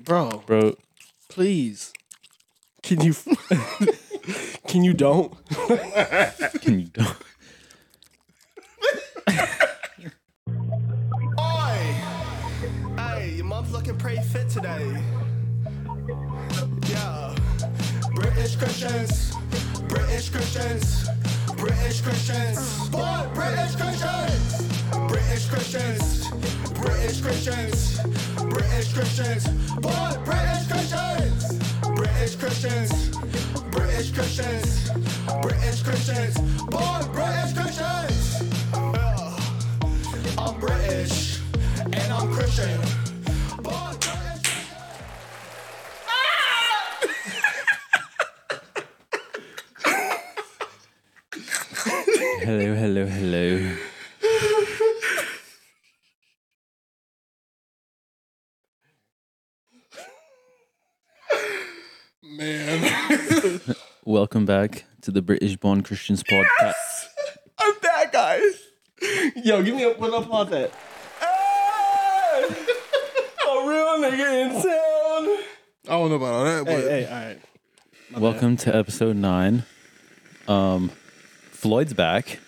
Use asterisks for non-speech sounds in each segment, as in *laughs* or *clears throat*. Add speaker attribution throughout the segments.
Speaker 1: bro.
Speaker 2: bro.
Speaker 1: Please,
Speaker 3: Can you? *laughs* can you don't?
Speaker 2: *laughs* Can you don't?
Speaker 4: Oi! Hey, your mom's looking pretty fit today. Yeah. British Christians. British Christians. British Christians. Boy, British Christians! British Christians. British Christians. British Christians. Boy, British Christians! British Christians. British Christians. British Christians. Boy, British Christians! Yeah. I'm British and I'm Christian. But British-
Speaker 2: Hello, hello, hello.
Speaker 1: man.
Speaker 2: Welcome back to the British Born Christians podcast.
Speaker 3: I'm that guy. Yo, give me a one applaud that. Hey! a real nigga in town.
Speaker 1: I don't know about all that, but
Speaker 3: Hey, hey, all right.
Speaker 2: Welcome to episode nine. Um, Floyd's back.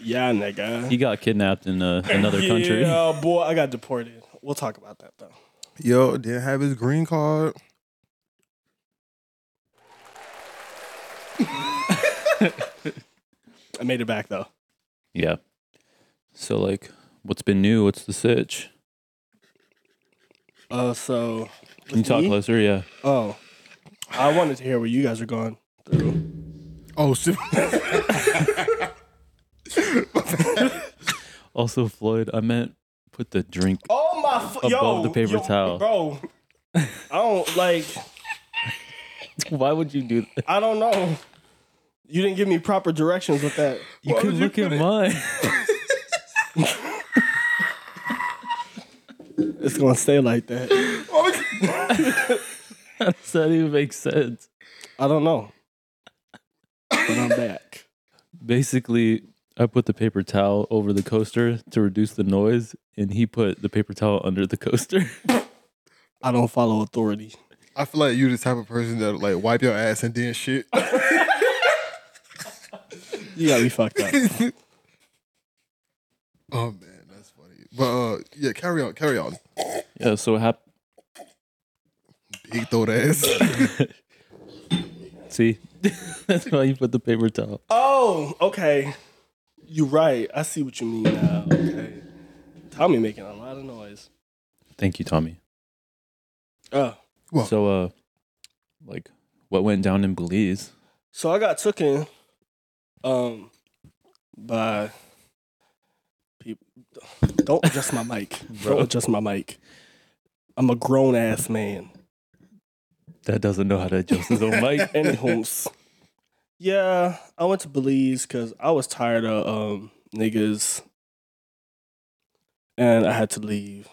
Speaker 3: Yeah, nigga.
Speaker 2: He got kidnapped in uh, another country.
Speaker 3: Yeah, boy, I got deported. We'll talk about that though.
Speaker 1: yo didn't have his green card.
Speaker 3: I made it back though.
Speaker 2: Yeah. So like, what's been new? What's the sitch?
Speaker 3: Uh, so
Speaker 2: Can you talk
Speaker 3: me?
Speaker 2: closer? Yeah.
Speaker 3: oh, I wanted to hear where you guys are going through.
Speaker 1: Oh shit!
Speaker 2: Also, Floyd, I meant put the drink.
Speaker 3: Oh my! F-
Speaker 2: Above yo, the paper yo, towel.
Speaker 3: bro. I don't like.
Speaker 2: Why would you do that?
Speaker 3: I don't know. You didn't give me proper directions with that.
Speaker 2: *laughs* You could look at mine. *laughs*
Speaker 3: It's gonna stay like *laughs* that.
Speaker 2: Does that even make sense?
Speaker 3: I don't know. But I'm back.
Speaker 2: Basically, I put the paper towel over the coaster to reduce the noise, and he put the paper towel under the coaster. *laughs*
Speaker 3: I don't follow authority.
Speaker 1: *laughs* I feel like you the type of person that like wipe your ass and then *laughs* shit.
Speaker 3: You got me fucked up.
Speaker 1: Oh man, that's funny. But uh, yeah, carry on, carry on.
Speaker 2: yeah. So hap-
Speaker 1: Big throat ass. *laughs*
Speaker 2: see, *laughs* that's why you put the paper towel.
Speaker 3: *laughs* Oh, okay. You're right. I see what you mean now. Okay. Tommy making a lot of noise.
Speaker 2: Thank you, Tommy.
Speaker 3: Oh.
Speaker 1: Well,
Speaker 2: So, uh, like, what went down in Belize?
Speaker 3: So I got taken um by people don't adjust my mic.
Speaker 2: Bro.
Speaker 3: Don't adjust my mic. I'm a grown ass man.
Speaker 2: That doesn't know how to adjust his own mic.
Speaker 3: *laughs* Anywho's. yeah, I went to Belize because I was tired of um niggas and I had to leave.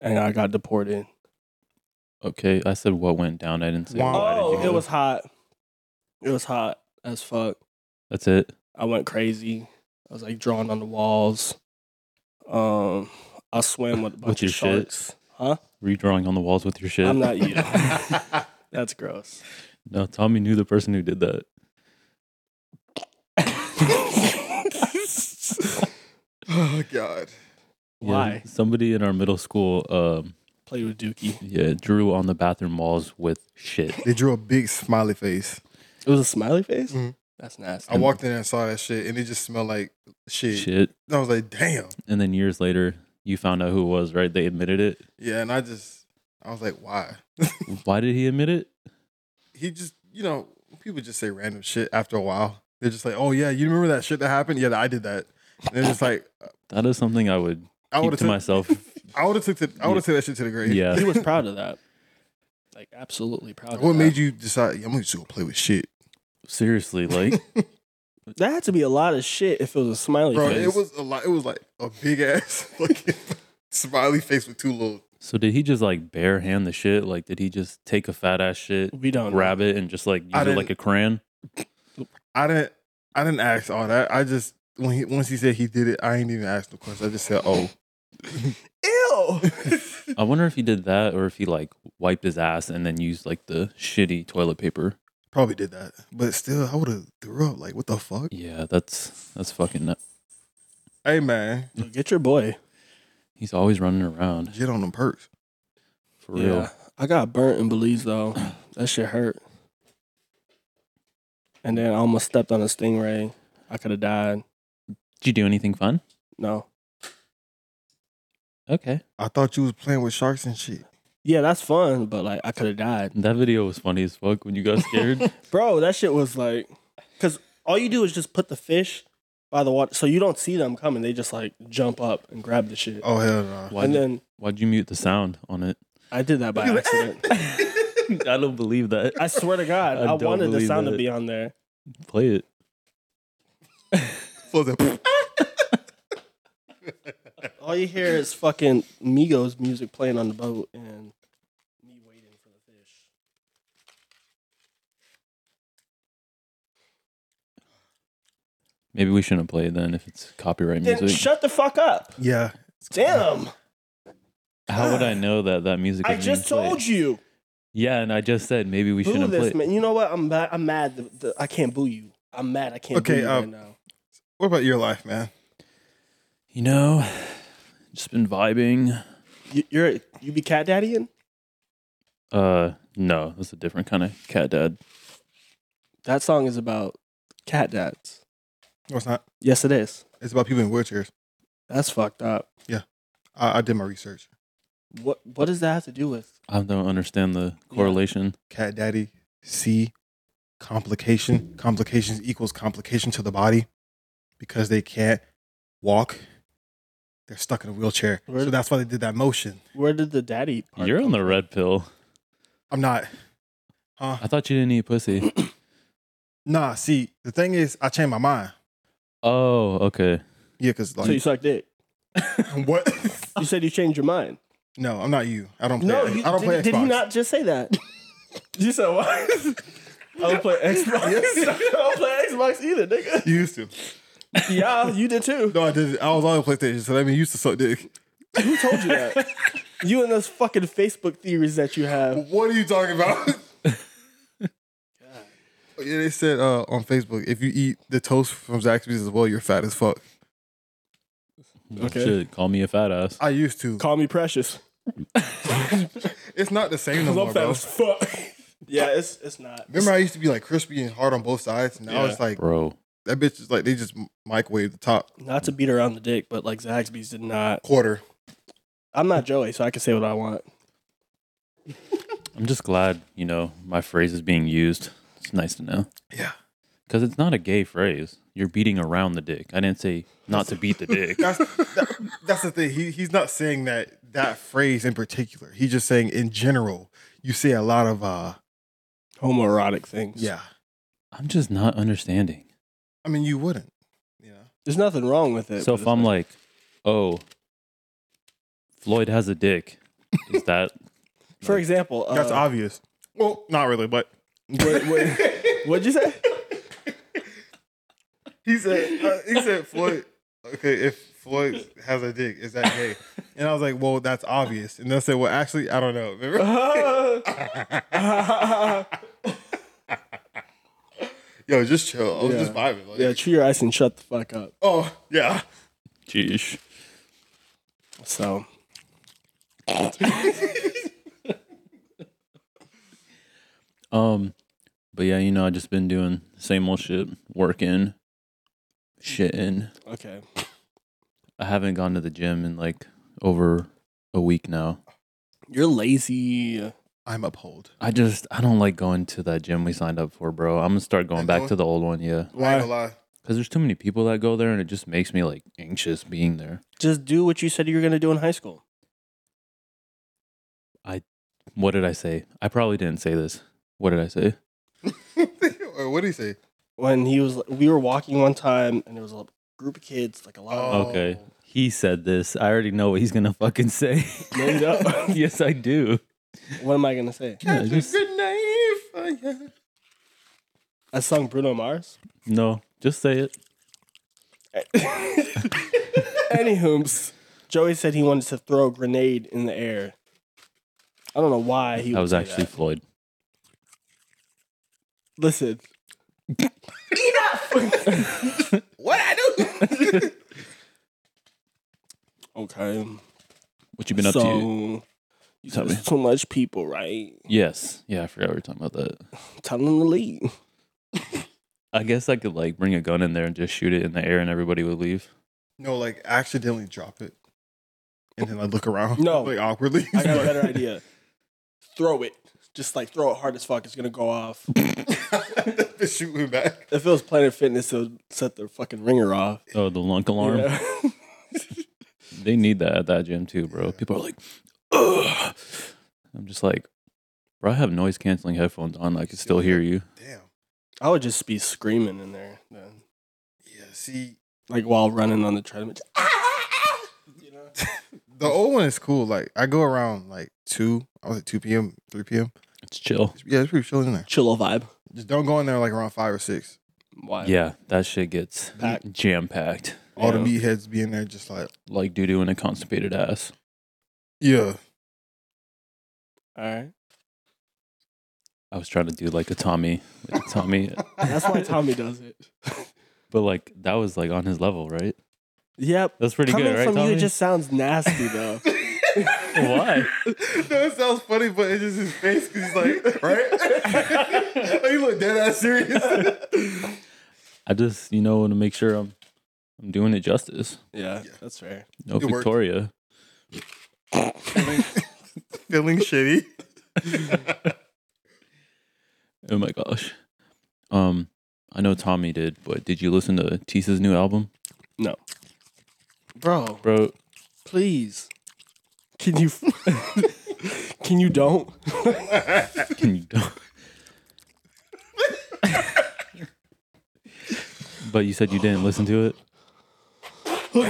Speaker 3: And I got deported.
Speaker 2: Okay, I said what went down. I didn't say
Speaker 1: Wow.
Speaker 2: why. Did you
Speaker 3: Oh,
Speaker 2: go?
Speaker 3: it was hot. It was hot as fuck.
Speaker 2: That's it.
Speaker 3: I went crazy. I was like drawing on the walls. Um, I swam with a bunch
Speaker 2: your
Speaker 3: of
Speaker 2: shit?
Speaker 3: sharks. Huh?
Speaker 2: Redrawing on the walls with your shit.
Speaker 3: I'm not
Speaker 2: *laughs*
Speaker 3: you. *laughs* That's gross. *laughs*
Speaker 2: no, Tommy knew the person who did that.
Speaker 1: oh god.
Speaker 2: Yeah,
Speaker 3: Why?
Speaker 2: somebody in our middle school, um,
Speaker 3: Play with Dookie.
Speaker 2: yeah, drew on the bathroom walls with shit.
Speaker 1: *laughs* They drew a big smiley face.
Speaker 3: It was a smiley face.
Speaker 1: Mhm.
Speaker 3: That's nasty.
Speaker 1: I walked in and saw that shit, and it just smelled like shit.
Speaker 2: Shit.
Speaker 1: I was like, damn.
Speaker 2: And then years later, you found out who it was, right? They admitted it.
Speaker 1: Yeah, and I just, I was like, why?
Speaker 2: Why did he admit it?
Speaker 1: He just, you know, people just say random shit after a while. They're just like, oh yeah, you remember that shit that happened? Yeah, I did that. And they're just like, *laughs*
Speaker 2: That is something I would
Speaker 1: I
Speaker 2: keep
Speaker 1: would
Speaker 2: to
Speaker 1: have took,
Speaker 2: myself.
Speaker 1: *laughs* I would have took, the- I would have took that shit to the grave.
Speaker 2: yeah.
Speaker 3: *laughs* He
Speaker 2: *laughs*
Speaker 3: was proud of that. Like absolutely proud. of
Speaker 1: What
Speaker 3: that.
Speaker 1: made you decide? Yeah, I'm gonna just go play with shit,
Speaker 2: Seriously,
Speaker 1: *laughs*
Speaker 2: like,
Speaker 3: That had to be a lot of shit if it was a smiley
Speaker 1: bro.
Speaker 3: face.
Speaker 1: It was a lot. It was like a big ass *laughs* fucking smiley face with two little.
Speaker 2: so did he just like bare hand the shit? Like, did he just take a fat ass shit,
Speaker 3: we don't
Speaker 2: grab it, and just like use
Speaker 1: Oh, I
Speaker 2: it like a crayon?
Speaker 1: I didn't, I didn't ask all that. I just when he once he said he did it, I ain't even asked the question. I just said, oh,
Speaker 3: Ew.
Speaker 2: I wonder if he did that or if he like wiped his ass and then used like the shitty toilet paper.
Speaker 1: *laughs* Probably did that, but still, I would have threw up. Like, what the fuck?
Speaker 2: Yeah, that's that's fucking. nut-
Speaker 1: Hey man,
Speaker 3: Get your boy.
Speaker 2: He's always running around
Speaker 1: get on them perks.
Speaker 2: for real.
Speaker 3: Yeah. I got burnt in Belize though. That shit hurt. And then I almost stepped on a stingray. I could have died.
Speaker 2: Did you do anything fun?
Speaker 3: No.
Speaker 2: Okay,
Speaker 1: I thought you was playing with sharks and shit.
Speaker 3: Yeah, that's fun, but like I could have died.
Speaker 2: that video was funny as fuck when
Speaker 3: *laughs*
Speaker 2: you got scared.
Speaker 3: Bro, that shit was like cuz all you do is just put the fish by the water so you don't see them coming. They just like jump up and grab the shit.
Speaker 1: Oh hell no!
Speaker 2: Why'd,
Speaker 3: and then
Speaker 2: why'd you mute the sound on it? *laughs*
Speaker 3: I did that by
Speaker 1: You-
Speaker 3: accident.
Speaker 2: I don't believe that.
Speaker 3: I swear to God,
Speaker 2: *laughs* I
Speaker 3: I,
Speaker 2: don't
Speaker 3: wanted the
Speaker 2: believe
Speaker 3: sound
Speaker 2: it.
Speaker 3: to be on there.
Speaker 2: Play it.
Speaker 1: For the-
Speaker 3: All you hear is fucking Migos music playing on the boat and me waiting for the fish.
Speaker 2: Maybe we shouldn't play it then if it's copyright
Speaker 3: Then
Speaker 2: music.
Speaker 3: shut the fuck up.
Speaker 1: yeah,
Speaker 3: Damn.
Speaker 2: How would I know that that music?
Speaker 3: I
Speaker 2: was
Speaker 3: just
Speaker 2: being played?
Speaker 3: told you.
Speaker 2: Yeah, and I just said maybe we
Speaker 3: Boo
Speaker 2: shouldn't play.
Speaker 3: this
Speaker 2: it.
Speaker 3: man. You know what? I'm mad. I'm mad. The, the, I can't boo you. I'm mad. I can't
Speaker 1: Okay,
Speaker 3: boo you
Speaker 1: um,
Speaker 3: right now.
Speaker 1: What about your life, man?
Speaker 2: You know, *sighs* just been vibing.
Speaker 3: You, you're you be cat daddying?
Speaker 2: Uh, no, that's a different kind of cat dad.
Speaker 3: That song is about cat dads.
Speaker 1: No, it's not.
Speaker 3: Yes, it is.
Speaker 1: It's about people in wheelchairs.
Speaker 3: That's fucked up.
Speaker 1: I, I did my research.
Speaker 3: What what does that have to do with?
Speaker 2: I don't understand the correlation.
Speaker 1: Cat daddy, C, complication. Complications equals complication to the body because they can't walk. They're stuck in a wheelchair,
Speaker 3: Where-
Speaker 1: so that's why they did that motion.
Speaker 3: Where did the daddy? Part
Speaker 2: You're on
Speaker 3: come
Speaker 2: the red pill.
Speaker 1: I'm not. Huh?
Speaker 2: I thought you didn't eat *coughs* pussy.
Speaker 1: Nah. See, the thing is, I changed my mind.
Speaker 2: Oh, okay.
Speaker 1: Yeah, cause
Speaker 3: from? So you
Speaker 1: like
Speaker 3: suck dick.
Speaker 1: *laughs* what?
Speaker 3: *laughs* You said you changed your mind.
Speaker 1: no, I'm not you. I don't play.
Speaker 3: No, you,
Speaker 1: I don't
Speaker 3: did,
Speaker 1: play
Speaker 3: did
Speaker 1: Xbox.
Speaker 3: he not just say that? *laughs* you said what? I don't play Xbox. *laughs* I don't play Xbox either, nigga.
Speaker 1: You used to.
Speaker 3: Yeah, you did too.
Speaker 1: No, I did. I was on the PlayStation, so that means you used to suck dick.
Speaker 3: Who told you that? *laughs* You and those fucking Facebook theories that you have.
Speaker 1: What are you talking about? *laughs* Yeah, they said uh, on Facebook if you eat the toast from Zaxby's as well, you're fat as fuck.
Speaker 3: Okay.
Speaker 2: Shit, call me a fat ass.
Speaker 1: I used to.
Speaker 3: Call me precious.
Speaker 1: It's not the same no
Speaker 3: *laughs* 'Cause
Speaker 1: more,
Speaker 3: I'm fat
Speaker 1: bro.
Speaker 3: as fuck. *laughs* Yeah, it's it's not.
Speaker 1: Remember, I used to be like crispy and hard on both sides. Now
Speaker 3: Yeah.
Speaker 1: it's like
Speaker 2: Bro,
Speaker 1: that bitch is like they just microwave the top
Speaker 3: Not to beat around the dick, but like Zaxby's did not.
Speaker 1: quarter.
Speaker 3: I'm not Joey, so I can say what I want.
Speaker 2: I'm just glad, you know, my phrase is being used. It's nice to know.
Speaker 1: Yeah,
Speaker 2: Because it's not a gay phrase. You're beating around the dick. I didn't say not to beat the
Speaker 1: *laughs*
Speaker 2: dick.
Speaker 1: that's that, that's the thing. He he's not saying that that phrase in particular. He's just saying in general. You see a lot of uh
Speaker 3: Homoerotic things.
Speaker 1: yeah.
Speaker 2: I'm just not understanding.
Speaker 1: I mean, you wouldn't. You know.
Speaker 3: There's nothing wrong with it.
Speaker 2: So
Speaker 3: but
Speaker 2: if I'm like, oh, Floyd has a dick, is *laughs* that
Speaker 3: it's- for example, uh,
Speaker 1: That's obvious. Well, not really, but
Speaker 3: what, what, what'd you
Speaker 1: *laughs*
Speaker 3: say?
Speaker 1: he said uh, he said Floyd. Okay, if Floyd has a dick, is that *laughs* gay? And I was like, well, that's obvious. And they said, well, actually, I don't know. *laughs* Remember? Yo, just chill. I was
Speaker 3: Yeah.
Speaker 1: just vibing. Like,
Speaker 3: yeah, chew your ice and shut the fuck up.
Speaker 1: oh yeah.
Speaker 2: Jeez.
Speaker 3: So
Speaker 2: Um, but yeah, you know, I just been doing same old shit, working, shitting.
Speaker 3: okay,
Speaker 2: I haven't gone to the gym in like over a week now.
Speaker 3: you're lazy.
Speaker 1: I'm uphold.
Speaker 2: I just I don't like going to that gym we signed up for, bro. I'm gonna start going
Speaker 1: And
Speaker 2: back
Speaker 1: going-
Speaker 2: to the old one, yeah,
Speaker 1: I ain't
Speaker 3: Why?
Speaker 1: gonna lie.
Speaker 2: because there's too many people that go there, and it just makes me like anxious being there.
Speaker 3: Just do what you said you were gonna do in high school.
Speaker 2: What did I say? I probably didn't say this. What did I say?
Speaker 1: *laughs* Or what did he say?
Speaker 3: When he was, we were walking one time, and there was a group of kids, like a lot of
Speaker 2: Okay. He said this. I already know what he's gonna fucking *laughs* say.
Speaker 3: No, you
Speaker 2: *laughs*
Speaker 3: don't.
Speaker 2: yes, I do.
Speaker 3: What am I gonna say?
Speaker 2: Yeah,
Speaker 1: Catch
Speaker 2: just-
Speaker 1: a good name for ya.
Speaker 3: I sung Bruno Mars. *laughs*
Speaker 2: No, just say it.
Speaker 3: Anywho, Joey said he wanted to throw a grenade in the air I don't know why he
Speaker 2: That was
Speaker 3: would say
Speaker 2: actually
Speaker 3: that.
Speaker 2: Floyd. *laughs*
Speaker 3: Listen,
Speaker 4: What I do?
Speaker 3: okay.
Speaker 2: What you been up
Speaker 3: so,
Speaker 2: to?
Speaker 3: you
Speaker 2: Tell
Speaker 3: said it's too much people, right?
Speaker 2: Yes. Yeah, I forgot we were talking about that.
Speaker 3: Tell them to leave.
Speaker 2: I guess I could like bring a gun in there and just shoot it in the air and everybody would leave.
Speaker 1: *laughs* No, like accidentally drop it, and then like look around.
Speaker 3: No.
Speaker 1: like awkwardly.
Speaker 3: I
Speaker 2: *laughs*
Speaker 3: got a
Speaker 1: *laughs*
Speaker 3: better idea. Throw it. Just like throw it hard as fuck. It's gonna go off.
Speaker 1: Shoot me back.
Speaker 3: if it was Planet Fitness, it'll set their fucking ringer off.
Speaker 2: Oh, the lunk alarm.
Speaker 3: Yeah.
Speaker 2: They need that at that gym too, bro. People are like, Ugh. I'm just like, bro, I have noise canceling headphones on. I can still hear you.
Speaker 1: Damn.
Speaker 3: *laughs* I would just be screaming in there then.
Speaker 1: Yeah. See,
Speaker 3: Like while running on the treadmill. Just, "Ah, you
Speaker 2: *laughs*
Speaker 3: know?
Speaker 1: the old one is cool. Like I go around like two. I was at two p.m., three p.m.
Speaker 2: It's chill.
Speaker 1: Yeah, it's pretty chill in there.
Speaker 3: Chillo vibe.
Speaker 1: Just don't go in there like around five or six.
Speaker 3: Why?
Speaker 2: Yeah, that shit gets
Speaker 3: Packed.
Speaker 2: jam packed,
Speaker 1: All the
Speaker 3: Yeah.
Speaker 1: meatheads be in there, just like
Speaker 2: like doo doo in a constipated ass.
Speaker 1: yeah. *laughs*
Speaker 3: All right.
Speaker 2: I was trying to do like a Tommy, like
Speaker 3: *laughs*
Speaker 2: a Tommy,
Speaker 3: That's why Tommy does it.
Speaker 2: but like that was like on his level, right?
Speaker 3: Yep.
Speaker 2: That's pretty
Speaker 3: Coming
Speaker 2: good, right?
Speaker 3: from you
Speaker 2: Tommy?
Speaker 3: just sounds nasty
Speaker 2: *laughs*
Speaker 3: though.
Speaker 2: Why?
Speaker 1: No, it sounds funny, but it's just his face. 'cause he's like, right? *laughs* like, you look dead ass serious.
Speaker 2: I just you know want to make sure I'm I'm doing it justice.
Speaker 3: yeah, that's fair.
Speaker 2: No
Speaker 1: It worked.
Speaker 2: Victoria.
Speaker 1: *laughs* Feeling shitty.
Speaker 2: Oh my gosh. Um, I know Tommy did, but did you listen to Tisa's new album,
Speaker 3: No. Bro,
Speaker 2: bro?
Speaker 3: please. Can you *laughs* Can you
Speaker 2: *laughs*
Speaker 3: don't?
Speaker 2: Can you don't? *laughs* but you said you didn't listen to it.
Speaker 3: *laughs*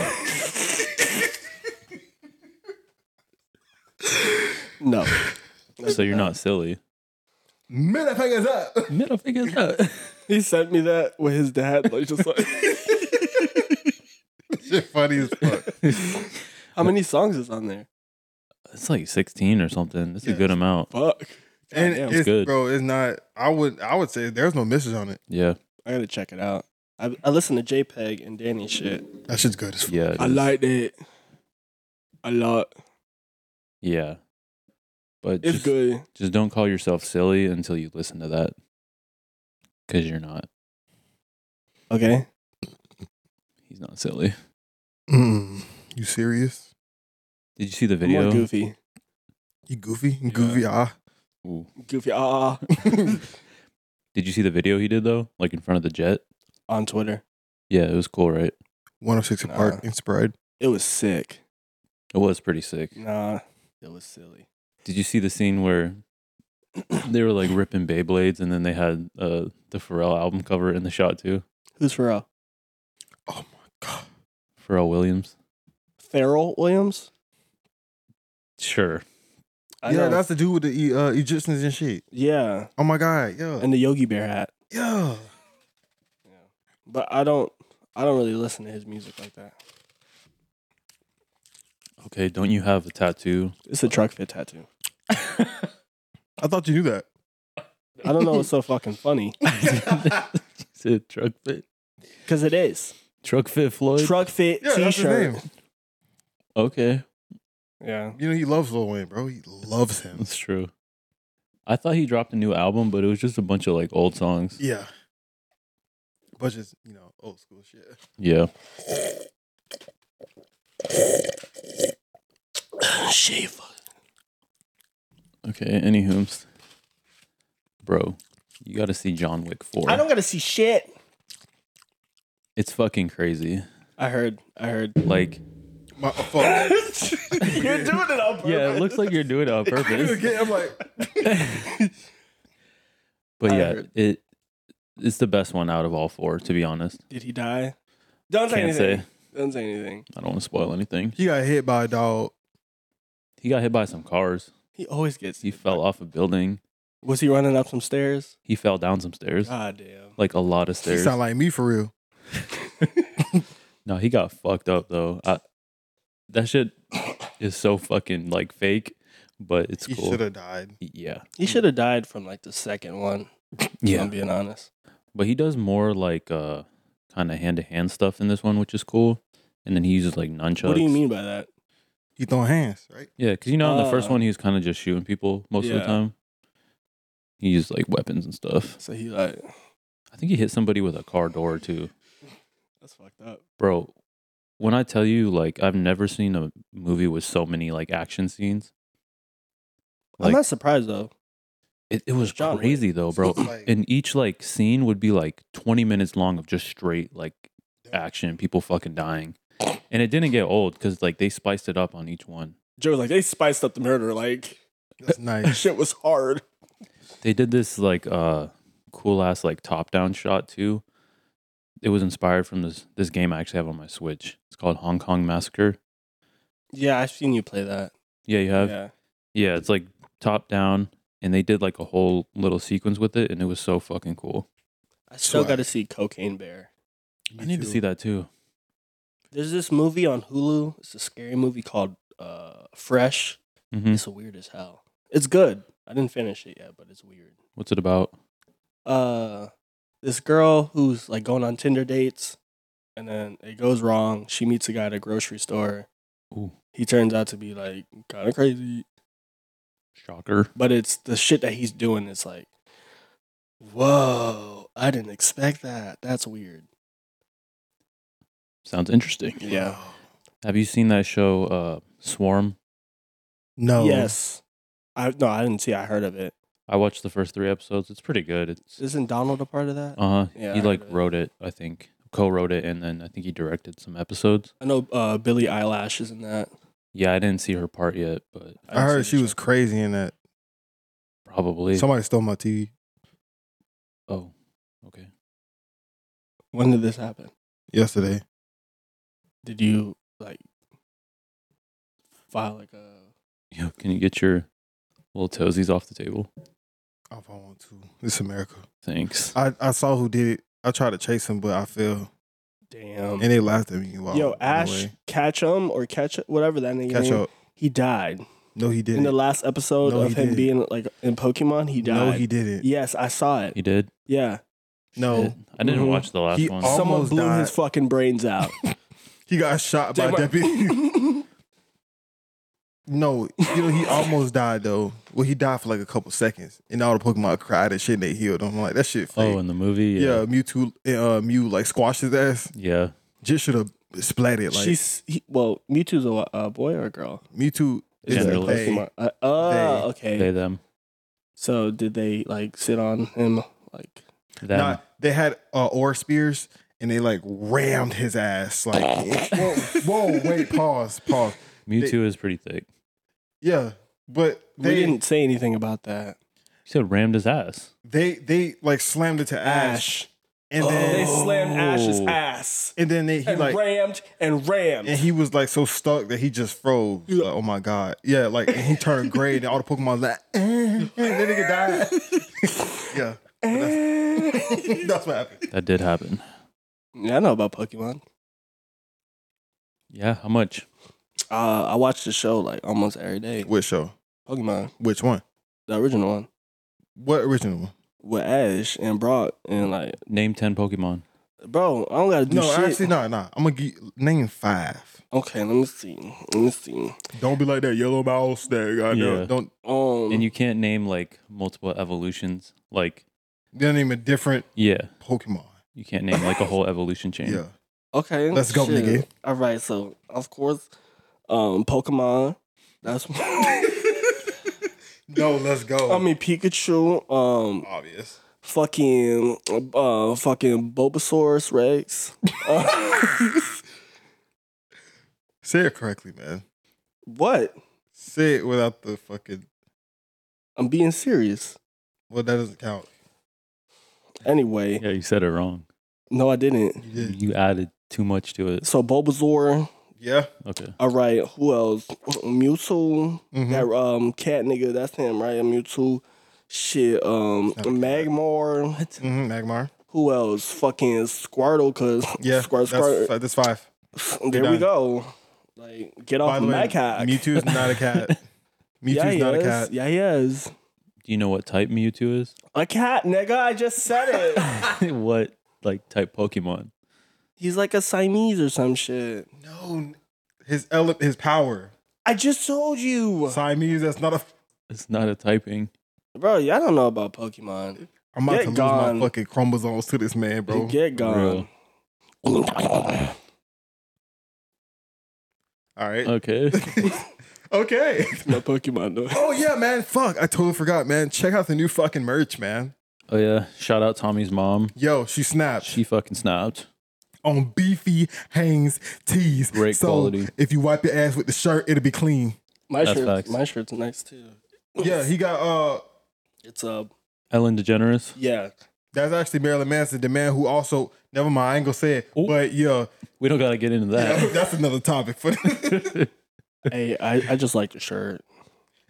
Speaker 3: No.
Speaker 2: So you're not silly.
Speaker 1: Middle fingers up.
Speaker 2: Middle fingers up.
Speaker 3: He sent me that with his dad. Like just *laughs* like
Speaker 1: *laughs* Shit, funny as fuck.
Speaker 3: How many songs is on there?
Speaker 2: It's like 16 or something. It's a good
Speaker 1: Yes.
Speaker 2: amount.
Speaker 3: Fuck.
Speaker 1: And
Speaker 3: Goddamn.
Speaker 1: it's
Speaker 2: good.
Speaker 1: bro, it's not. I would, I would say there's no message on it.
Speaker 2: Yeah.
Speaker 3: I gotta check it out. I, I listen to JPEG and Danny shit.
Speaker 1: That shit's good as fuck.
Speaker 2: Yeah. it
Speaker 3: I
Speaker 2: is.
Speaker 3: liked it a lot.
Speaker 2: Yeah. But
Speaker 3: It's
Speaker 2: just,
Speaker 3: good.
Speaker 2: just don't call yourself silly until you listen to that. Cause you're not.
Speaker 3: Okay.
Speaker 2: He's not silly.
Speaker 1: Mm. You serious?
Speaker 2: Did you see the
Speaker 3: I'm more
Speaker 2: video?
Speaker 3: goofy.
Speaker 1: You goofy? You goofy? Ah,
Speaker 2: Ooh.
Speaker 3: Goofy. Ah.
Speaker 2: Did you see the video he did though? Like in front of the jet?
Speaker 3: *laughs* on Twitter.
Speaker 2: Yeah, it was cool, right?
Speaker 1: 106
Speaker 3: Nah.
Speaker 1: apart, inspired.
Speaker 3: It was sick.
Speaker 2: It was pretty sick.
Speaker 3: Nah. It was silly.
Speaker 2: Did you see the scene where *coughs* they were like ripping Beyblades and then they had uh, the Pharrell album cover in the shot too?
Speaker 3: Who's Pharrell?
Speaker 1: Oh my god.
Speaker 2: Pharrell Williams?
Speaker 3: Farrell Williams?
Speaker 2: Sure.
Speaker 3: I
Speaker 1: yeah,
Speaker 3: know.
Speaker 1: that's the dude with the E- uh, Egyptians and shit.
Speaker 3: yeah.
Speaker 1: Oh my god. Yeah.
Speaker 3: And the Yogi Bear hat.
Speaker 1: yeah.
Speaker 3: But I don't I don't really listen to his music like that.
Speaker 2: Okay, don't you have a tattoo? *laughs*
Speaker 3: It's a truck fit tattoo.
Speaker 1: I thought you knew that.
Speaker 3: I don't know what's so fucking funny.
Speaker 2: Is it truck fit?
Speaker 3: Cause it is.
Speaker 2: Truck fit Floyd?
Speaker 3: Truck fit
Speaker 1: Yeah,
Speaker 3: t
Speaker 1: that's his
Speaker 3: shirt.
Speaker 1: name.
Speaker 2: okay,
Speaker 3: Yeah.
Speaker 2: *laughs*
Speaker 1: You know he loves Lil Wayne, bro. He loves him.
Speaker 2: that's true. I thought he dropped a new album, but it was just a bunch of like old songs.
Speaker 1: Yeah. But just, you know, old school shit.
Speaker 2: Yeah.
Speaker 3: Shiva.
Speaker 2: Okay, any hooms. Bro, you gotta see John Wick 4.
Speaker 3: I don't gotta see shit.
Speaker 2: It's fucking crazy.
Speaker 3: I heard. I
Speaker 1: *laughs*
Speaker 3: heard.
Speaker 2: Like,
Speaker 1: My, oh, fuck.
Speaker 3: You're doing it on purpose.
Speaker 2: yeah, it looks like you're doing it
Speaker 3: *laughs*
Speaker 2: on purpose.
Speaker 1: Again, I'm like,
Speaker 2: But
Speaker 3: I
Speaker 2: yeah,
Speaker 3: heard-
Speaker 2: it it's the best one out of all four, to be honest.
Speaker 3: Did he die? Don't say
Speaker 2: Can't
Speaker 3: anything.
Speaker 2: say.
Speaker 3: Don't say anything.
Speaker 2: I don't want to spoil anything.
Speaker 1: he got hit by a dog.
Speaker 2: He got hit by some cars.
Speaker 3: He always gets.
Speaker 2: He fell off a building.
Speaker 3: Was he running up some stairs?
Speaker 2: He fell down some stairs.
Speaker 3: God damn.
Speaker 2: *laughs* Like a lot of
Speaker 1: He
Speaker 2: stairs.
Speaker 1: sound like me for real.
Speaker 2: No,
Speaker 3: *coughs*
Speaker 2: he got fucked up though. I, that shit is so fucking like fake, but it's
Speaker 1: He
Speaker 2: cool.
Speaker 1: should have died.
Speaker 2: Yeah,
Speaker 3: He should have died from like the second one. Yeah. I'm being honest.
Speaker 2: But he does more like uh, kind of hand to hand stuff in this one, which is cool. And then he uses like nunchucks.
Speaker 3: What do you mean by that?
Speaker 1: He throwing hands, right?
Speaker 2: Yeah, because you know, in the first
Speaker 3: Uh.
Speaker 2: one, he was kind of just shooting people most of the
Speaker 3: Yeah.
Speaker 2: time. He used like weapons and stuff.
Speaker 3: So he like
Speaker 2: I think he hit somebody with a car door too,
Speaker 3: that's fucked up.
Speaker 2: bro. When I tell you, like, I've never seen a movie with so many like action scenes.
Speaker 3: I'm
Speaker 2: Like-
Speaker 3: not surprised though.
Speaker 2: It, it was
Speaker 3: John Wick.
Speaker 2: crazy though, Oh, bro.
Speaker 1: So it's like-
Speaker 2: and each like scene would be like 20 minutes long of just straight like action, people fucking dying. And it didn't get old because like they spiced it up on each one.
Speaker 3: Joe was like they spiced up the murder.
Speaker 2: *laughs*
Speaker 3: Like
Speaker 1: That's nice.
Speaker 3: shit was hard.
Speaker 2: They did this like uh cool ass like top down shot too. It was inspired from this this game I actually have on my Switch. It's called Hong Kong Massacre.
Speaker 3: Yeah, I've seen you play that.
Speaker 2: Yeah, you have. Yeah,
Speaker 3: yeah.
Speaker 2: it's like top down, and they did like a whole little sequence with it, and it was so fucking cool.
Speaker 3: I still
Speaker 1: Swag.
Speaker 3: got to see Cocaine Bear.
Speaker 2: *laughs* I need to see that too.
Speaker 3: There's this movie on Hulu. It's a scary movie called uh, Fresh.
Speaker 2: hmm
Speaker 3: It's weird as hell. It's good. I didn't finish it yet, but it's weird.
Speaker 2: What's it about?
Speaker 3: uh this girl who's like going on Tinder dates and then it goes wrong. She meets a guy at a grocery store.
Speaker 2: Ooh,
Speaker 3: He turns out to be like kind of crazy,
Speaker 2: shocker.
Speaker 3: but it's the shit that he's doing is like whoa, I didn't expect that. That's weird.
Speaker 2: Sounds interesting.
Speaker 3: Yeah.
Speaker 2: Have you seen that show uh Swarm?
Speaker 1: No.
Speaker 3: Yes. I no, I didn't see. I heard of it.
Speaker 2: I watched the first three episodes. It's pretty good. It's
Speaker 3: Isn't Donald a part of that?
Speaker 2: uh huh.
Speaker 3: Yeah,
Speaker 2: he
Speaker 3: I
Speaker 2: like
Speaker 3: heard of it.
Speaker 2: wrote it, I think. Co-wrote it and then I think he directed some episodes.
Speaker 3: I know uh Billie Eyelash is in that.
Speaker 2: Yeah, I didn't see her part yet, but
Speaker 1: I
Speaker 3: haven't
Speaker 1: heard
Speaker 3: seen
Speaker 1: she
Speaker 3: the
Speaker 1: was
Speaker 3: show.
Speaker 1: crazy in that.
Speaker 2: probably
Speaker 1: Somebody stole my TV
Speaker 2: Oh. Okay. *laughs*
Speaker 3: When did this happen?
Speaker 1: yesterday.
Speaker 3: Did you like file like a
Speaker 2: Yo, can you get your little toesies off the table?
Speaker 1: If I want to, it's America.
Speaker 2: Thanks.
Speaker 1: I, I saw who did it. I tried to chase him, but I fell,
Speaker 3: damn?
Speaker 1: and they laughed at me. While
Speaker 3: Yo,
Speaker 1: on the
Speaker 3: Ash
Speaker 1: way.
Speaker 3: Ketchum or Ketch whatever that nigga
Speaker 1: catch
Speaker 3: name,
Speaker 1: up.
Speaker 3: he died
Speaker 1: No, he
Speaker 3: in
Speaker 1: didn't.
Speaker 3: the last episode
Speaker 1: No,
Speaker 3: of
Speaker 1: he
Speaker 3: him
Speaker 1: didn't.
Speaker 3: being like in Pokemon. He died.
Speaker 1: No, he didn't.
Speaker 3: yes, I saw it.
Speaker 2: He did?
Speaker 3: Yeah,
Speaker 1: No,
Speaker 2: Shit. I didn't
Speaker 3: Mhm.
Speaker 2: watch the last
Speaker 1: He
Speaker 2: one.
Speaker 1: al-
Speaker 3: someone
Speaker 1: Almost
Speaker 3: blew
Speaker 1: died.
Speaker 3: his fucking brains out.
Speaker 1: he got shot *laughs* by
Speaker 3: Damn, I-
Speaker 1: deputy.
Speaker 3: *laughs*
Speaker 1: No, you know he almost died though. Well, he died for like a couple seconds, and all the Pokemon cried and shit. And they healed him. I'm like that shit. Fake.
Speaker 2: oh, in the movie?
Speaker 1: yeah. Mewtwo, uh, Mew like squashed his ass.
Speaker 2: Yeah.
Speaker 1: Just should have splatted like
Speaker 3: She's he, well, Mewtwo's a wa- a boy or a girl?
Speaker 1: Mewtwo.
Speaker 2: Is
Speaker 1: Is
Speaker 2: it
Speaker 1: a
Speaker 2: really?
Speaker 1: they.
Speaker 3: Pokemon. Uh, oh, okay.
Speaker 2: They them.
Speaker 3: So did they like sit on him? Like
Speaker 2: Them.
Speaker 1: Nah, they had uh, ore spears, and they like rammed his ass. Like
Speaker 2: *laughs*
Speaker 1: whoa, whoa, wait, pause, pause.
Speaker 2: Mewtwo is pretty thick.
Speaker 1: Yeah, but
Speaker 3: we
Speaker 1: they
Speaker 3: didn't say anything about that.
Speaker 2: He said rammed his ass.
Speaker 1: they they like slammed it to Ash, and
Speaker 3: They
Speaker 1: then
Speaker 3: slammed Ash's
Speaker 2: Oh.
Speaker 3: ass
Speaker 1: and then they, he
Speaker 3: and
Speaker 1: like
Speaker 3: rammed and rammed.
Speaker 1: And he was like so stuck that he just froze.
Speaker 3: Yeah.
Speaker 1: Like, oh my god, yeah. Like and he turned gray, and all the Pokemon was like, *laughs* eh, eh, and then
Speaker 3: *laughs*
Speaker 1: nigga died. *laughs* yeah,
Speaker 3: yeah,
Speaker 1: that's what happened.
Speaker 2: That did happen.
Speaker 3: I know about Pokemon.
Speaker 2: Yeah, how much?
Speaker 3: Uh, I watch the show like almost every day.
Speaker 1: Which show?
Speaker 3: Pokemon,
Speaker 1: Which one?
Speaker 3: the original one
Speaker 1: What original one?
Speaker 3: with Ash and Brock, and like,
Speaker 2: Name 10 Pokemon.
Speaker 3: bro, I don't gotta do
Speaker 1: No,
Speaker 3: shit.
Speaker 1: actually, no, no. I'm gonna get, name five.
Speaker 3: Okay, let me see. Let me see.
Speaker 1: Don't be like that yellow mouse that goddamn.
Speaker 2: Yeah.
Speaker 1: Don't.
Speaker 3: Um,
Speaker 2: And you can't name like multiple evolutions. Like,
Speaker 1: They'll name a different
Speaker 2: yeah,
Speaker 1: Pokemon.
Speaker 2: you can't name like a whole evolution chain.
Speaker 1: Yeah.
Speaker 3: okay?
Speaker 1: Let's go,
Speaker 3: shit.
Speaker 1: nigga.
Speaker 3: All right, so of course, um, Pokemon. That's *laughs*
Speaker 1: *laughs* No, let's go.
Speaker 3: I mean Pikachu. Um,
Speaker 1: obvious.
Speaker 3: fucking uh fucking Bulbasaur's Rex. *laughs* Uh,
Speaker 1: Say it correctly, man.
Speaker 3: what?
Speaker 1: Say it without the fucking.
Speaker 3: I'm being serious.
Speaker 1: Well, that doesn't count.
Speaker 3: Anyway,
Speaker 2: Yeah, you said it wrong.
Speaker 3: no, I didn't.
Speaker 1: You did.
Speaker 2: You added too much to it.
Speaker 3: So Bulbasaur.
Speaker 1: Yeah.
Speaker 2: Okay.
Speaker 3: All right, who else? Mewtwo.
Speaker 1: Mhm.
Speaker 3: That um cat nigga. That's him, right? Mewtwo. Shit. Um,
Speaker 1: Not a cat.
Speaker 3: Magmar.
Speaker 1: Mhm, Magmar.
Speaker 3: Who else? Fucking Squirtle. Cause *laughs*
Speaker 1: Yeah.
Speaker 3: Squirtle.
Speaker 1: that's, that's five.
Speaker 3: *sighs* Squirtle. There we
Speaker 1: done.
Speaker 3: go. Like, get
Speaker 1: By
Speaker 3: off
Speaker 1: the way,
Speaker 3: my cock. *laughs*
Speaker 1: Mewtwo is not a cat. Mewtwo's
Speaker 3: yeah, he
Speaker 1: not a
Speaker 3: is.
Speaker 1: cat.
Speaker 3: Yeah, he is.
Speaker 2: Do you know what type Mewtwo is? *laughs*
Speaker 3: A cat, nigga. I just said it.
Speaker 1: *laughs*
Speaker 2: what like type Pokemon?
Speaker 3: He's like a Siamese or some shit.
Speaker 1: No, n- his ele- his power.
Speaker 3: I just told you,
Speaker 1: Siamese. That's not a. F-
Speaker 2: It's not a typing.
Speaker 3: bro. Y'all don't know about Pokemon.
Speaker 1: I'm about
Speaker 3: Get
Speaker 1: to lose
Speaker 3: gone.
Speaker 1: my fucking chromosomes to this man, bro.
Speaker 3: Get gone. *laughs*
Speaker 1: All right.
Speaker 2: Okay.
Speaker 1: *laughs* okay.
Speaker 3: My Pokemon. though. *laughs*
Speaker 1: Oh yeah, man. Fuck, I totally forgot, man. Check out the new fucking merch, man.
Speaker 2: oh yeah. Shout out Tommy's mom.
Speaker 1: Yo, she snapped
Speaker 2: She fucking snapped.
Speaker 1: on beefy hangs tees.
Speaker 2: Great
Speaker 1: so
Speaker 2: quality.
Speaker 1: If you wipe your ass with the shirt, it'll be clean.
Speaker 3: My
Speaker 2: That's
Speaker 3: shirt.
Speaker 2: facts.
Speaker 3: My shirt's nice too.
Speaker 1: Yeah, he got uh.
Speaker 3: *laughs* It's a uh,
Speaker 2: Ellen DeGeneres.
Speaker 3: yeah.
Speaker 1: That's actually Marilyn Manson, the man who also. Never mind, I ain't gonna say it.
Speaker 2: Ooh.
Speaker 1: But yeah,
Speaker 2: We don't gotta get into that.
Speaker 1: that's another topic for. *laughs*
Speaker 3: hey, I, I just like the shirt.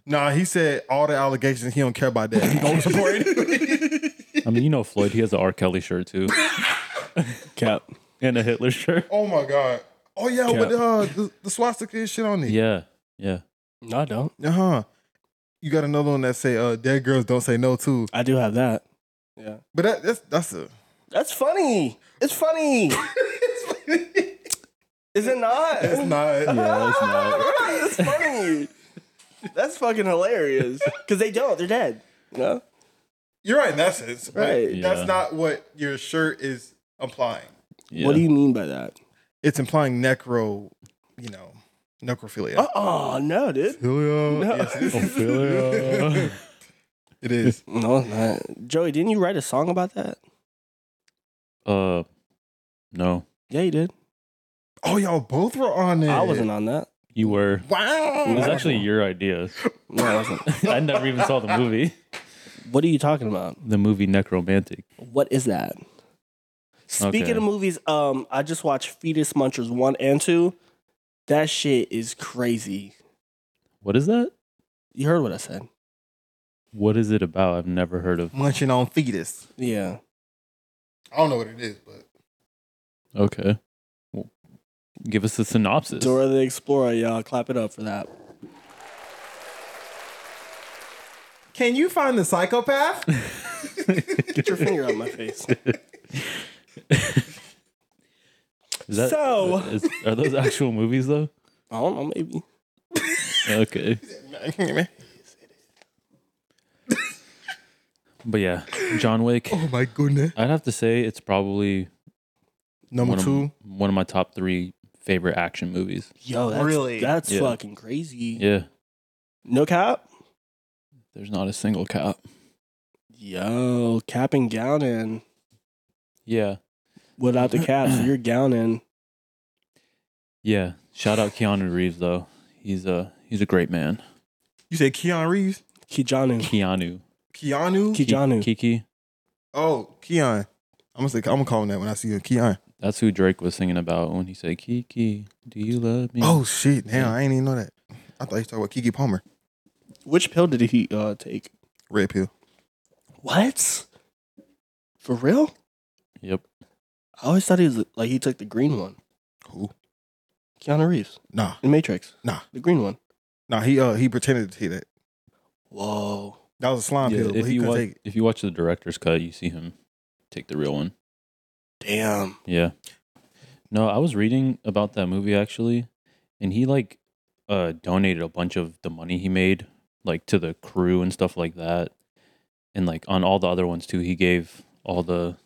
Speaker 1: Nah, he said all the allegations. He don't care about that. He don't support it.
Speaker 2: I mean, you know Floyd, he has an R. Kelly shirt too. *laughs*
Speaker 3: Cap.
Speaker 2: And a Hitler shirt.
Speaker 1: *laughs* oh my god. Oh yeah, with uh, the, the swastika and shit on it.
Speaker 2: Yeah. Yeah.
Speaker 3: No, I don't.
Speaker 1: Uh huh. You got another one that say uh, dead girls don't say no too.
Speaker 3: I do have that. Yeah.
Speaker 1: But that, that's that's a. *laughs*
Speaker 3: That's funny. It's funny. Is it not?
Speaker 1: *laughs*
Speaker 3: *laughs*
Speaker 1: It's not.
Speaker 2: that's not.
Speaker 3: That's funny. That's fucking hilarious. Because they don't. They're dead. No.
Speaker 1: You're right in that sense. but
Speaker 3: Right.
Speaker 2: Yeah.
Speaker 1: That's not what your shirt is implying.
Speaker 2: Yeah.
Speaker 3: What do you mean by that?
Speaker 1: It's implying necro, you know, necrophilia.
Speaker 3: Uh oh, no, dude.
Speaker 1: Philia.
Speaker 3: No.
Speaker 1: Yes, it is.
Speaker 2: *laughs* Oh, Ophelia.
Speaker 1: *laughs* it is.
Speaker 3: No, it's not. Joey, didn't you write a song about that?
Speaker 2: Uh no.
Speaker 3: Yeah, you did.
Speaker 1: Oh, y'all both were on it.
Speaker 3: I wasn't on that.
Speaker 2: You were.
Speaker 1: Wow.
Speaker 2: It was actually your idea.
Speaker 3: No, I wasn't.
Speaker 2: I never even saw the movie.
Speaker 3: *laughs* what are you talking about?
Speaker 2: *laughs* The movie Necromantic.
Speaker 3: What is that? Speaking
Speaker 2: Okay.
Speaker 3: of movies, um, I just watched Fetus Munchers one and two. That shit is crazy.
Speaker 2: What is that?
Speaker 3: You heard what I said.
Speaker 2: What is it about? I've never heard of.
Speaker 1: munching on fetus.
Speaker 3: Yeah.
Speaker 1: I don't know what it is, but
Speaker 2: Okay. Well, give us a synopsis.
Speaker 3: Dora the Explorer, y'all. Clap it up for that.
Speaker 1: can you find the psychopath?
Speaker 3: Get your finger out my *laughs* face.
Speaker 2: Is that,
Speaker 3: So-
Speaker 2: is, are those actual movies though?
Speaker 3: I don't know, Oh, maybe.
Speaker 2: Okay, but yeah, John Wick.
Speaker 1: *laughs* oh my goodness.
Speaker 2: I'd have to say it's probably
Speaker 1: Number
Speaker 2: one of,
Speaker 1: two.
Speaker 2: one of my top three favorite action movies.
Speaker 3: Yo, that's,
Speaker 1: Really?
Speaker 3: That's
Speaker 2: Yeah.
Speaker 3: fucking crazy.
Speaker 2: Yeah,
Speaker 3: No cap?
Speaker 2: there's not a single cop.
Speaker 3: Yo, cap and gowning.
Speaker 2: Yeah,
Speaker 3: Without the caps, you're gowning.
Speaker 2: yeah. Shout out Keanu Reeves though. He's a he's a great man.
Speaker 1: You said Keanu Reeves?
Speaker 3: Kijanu.
Speaker 2: Keanu.
Speaker 1: Keanu?
Speaker 2: Ki-
Speaker 3: Keanu.
Speaker 2: Kiki.
Speaker 1: oh, Keon. I'm gonna say I'm gonna call him that when I see him. Keon.
Speaker 2: That's who Drake was singing about when he said Kiki, do you love me?
Speaker 1: Oh shit, damn, I ain't even know that. I thought you talking about Kiki Palmer.
Speaker 3: Which pill did he uh, take?
Speaker 1: Red pill.
Speaker 3: What? For real?
Speaker 2: Yep.
Speaker 3: I always thought he was like he took the green one.
Speaker 1: Who?
Speaker 3: Keanu Reeves
Speaker 1: Nah.
Speaker 3: in Matrix.
Speaker 1: Nah.
Speaker 3: The green one.
Speaker 1: Nah, he uh he pretended to take that.
Speaker 3: Whoa.
Speaker 1: That was a slime
Speaker 2: Yeah,
Speaker 1: pill,
Speaker 2: if
Speaker 1: but he
Speaker 2: you
Speaker 1: couldn't
Speaker 2: watch
Speaker 1: take it.
Speaker 2: if you watch the director's cut, you see him take the real one.
Speaker 3: Damn.
Speaker 2: Yeah. No, I was reading about that movie actually, and he like uh donated a bunch of the money he made like to the crew and stuff like that. And like on all the other ones too, he gave all the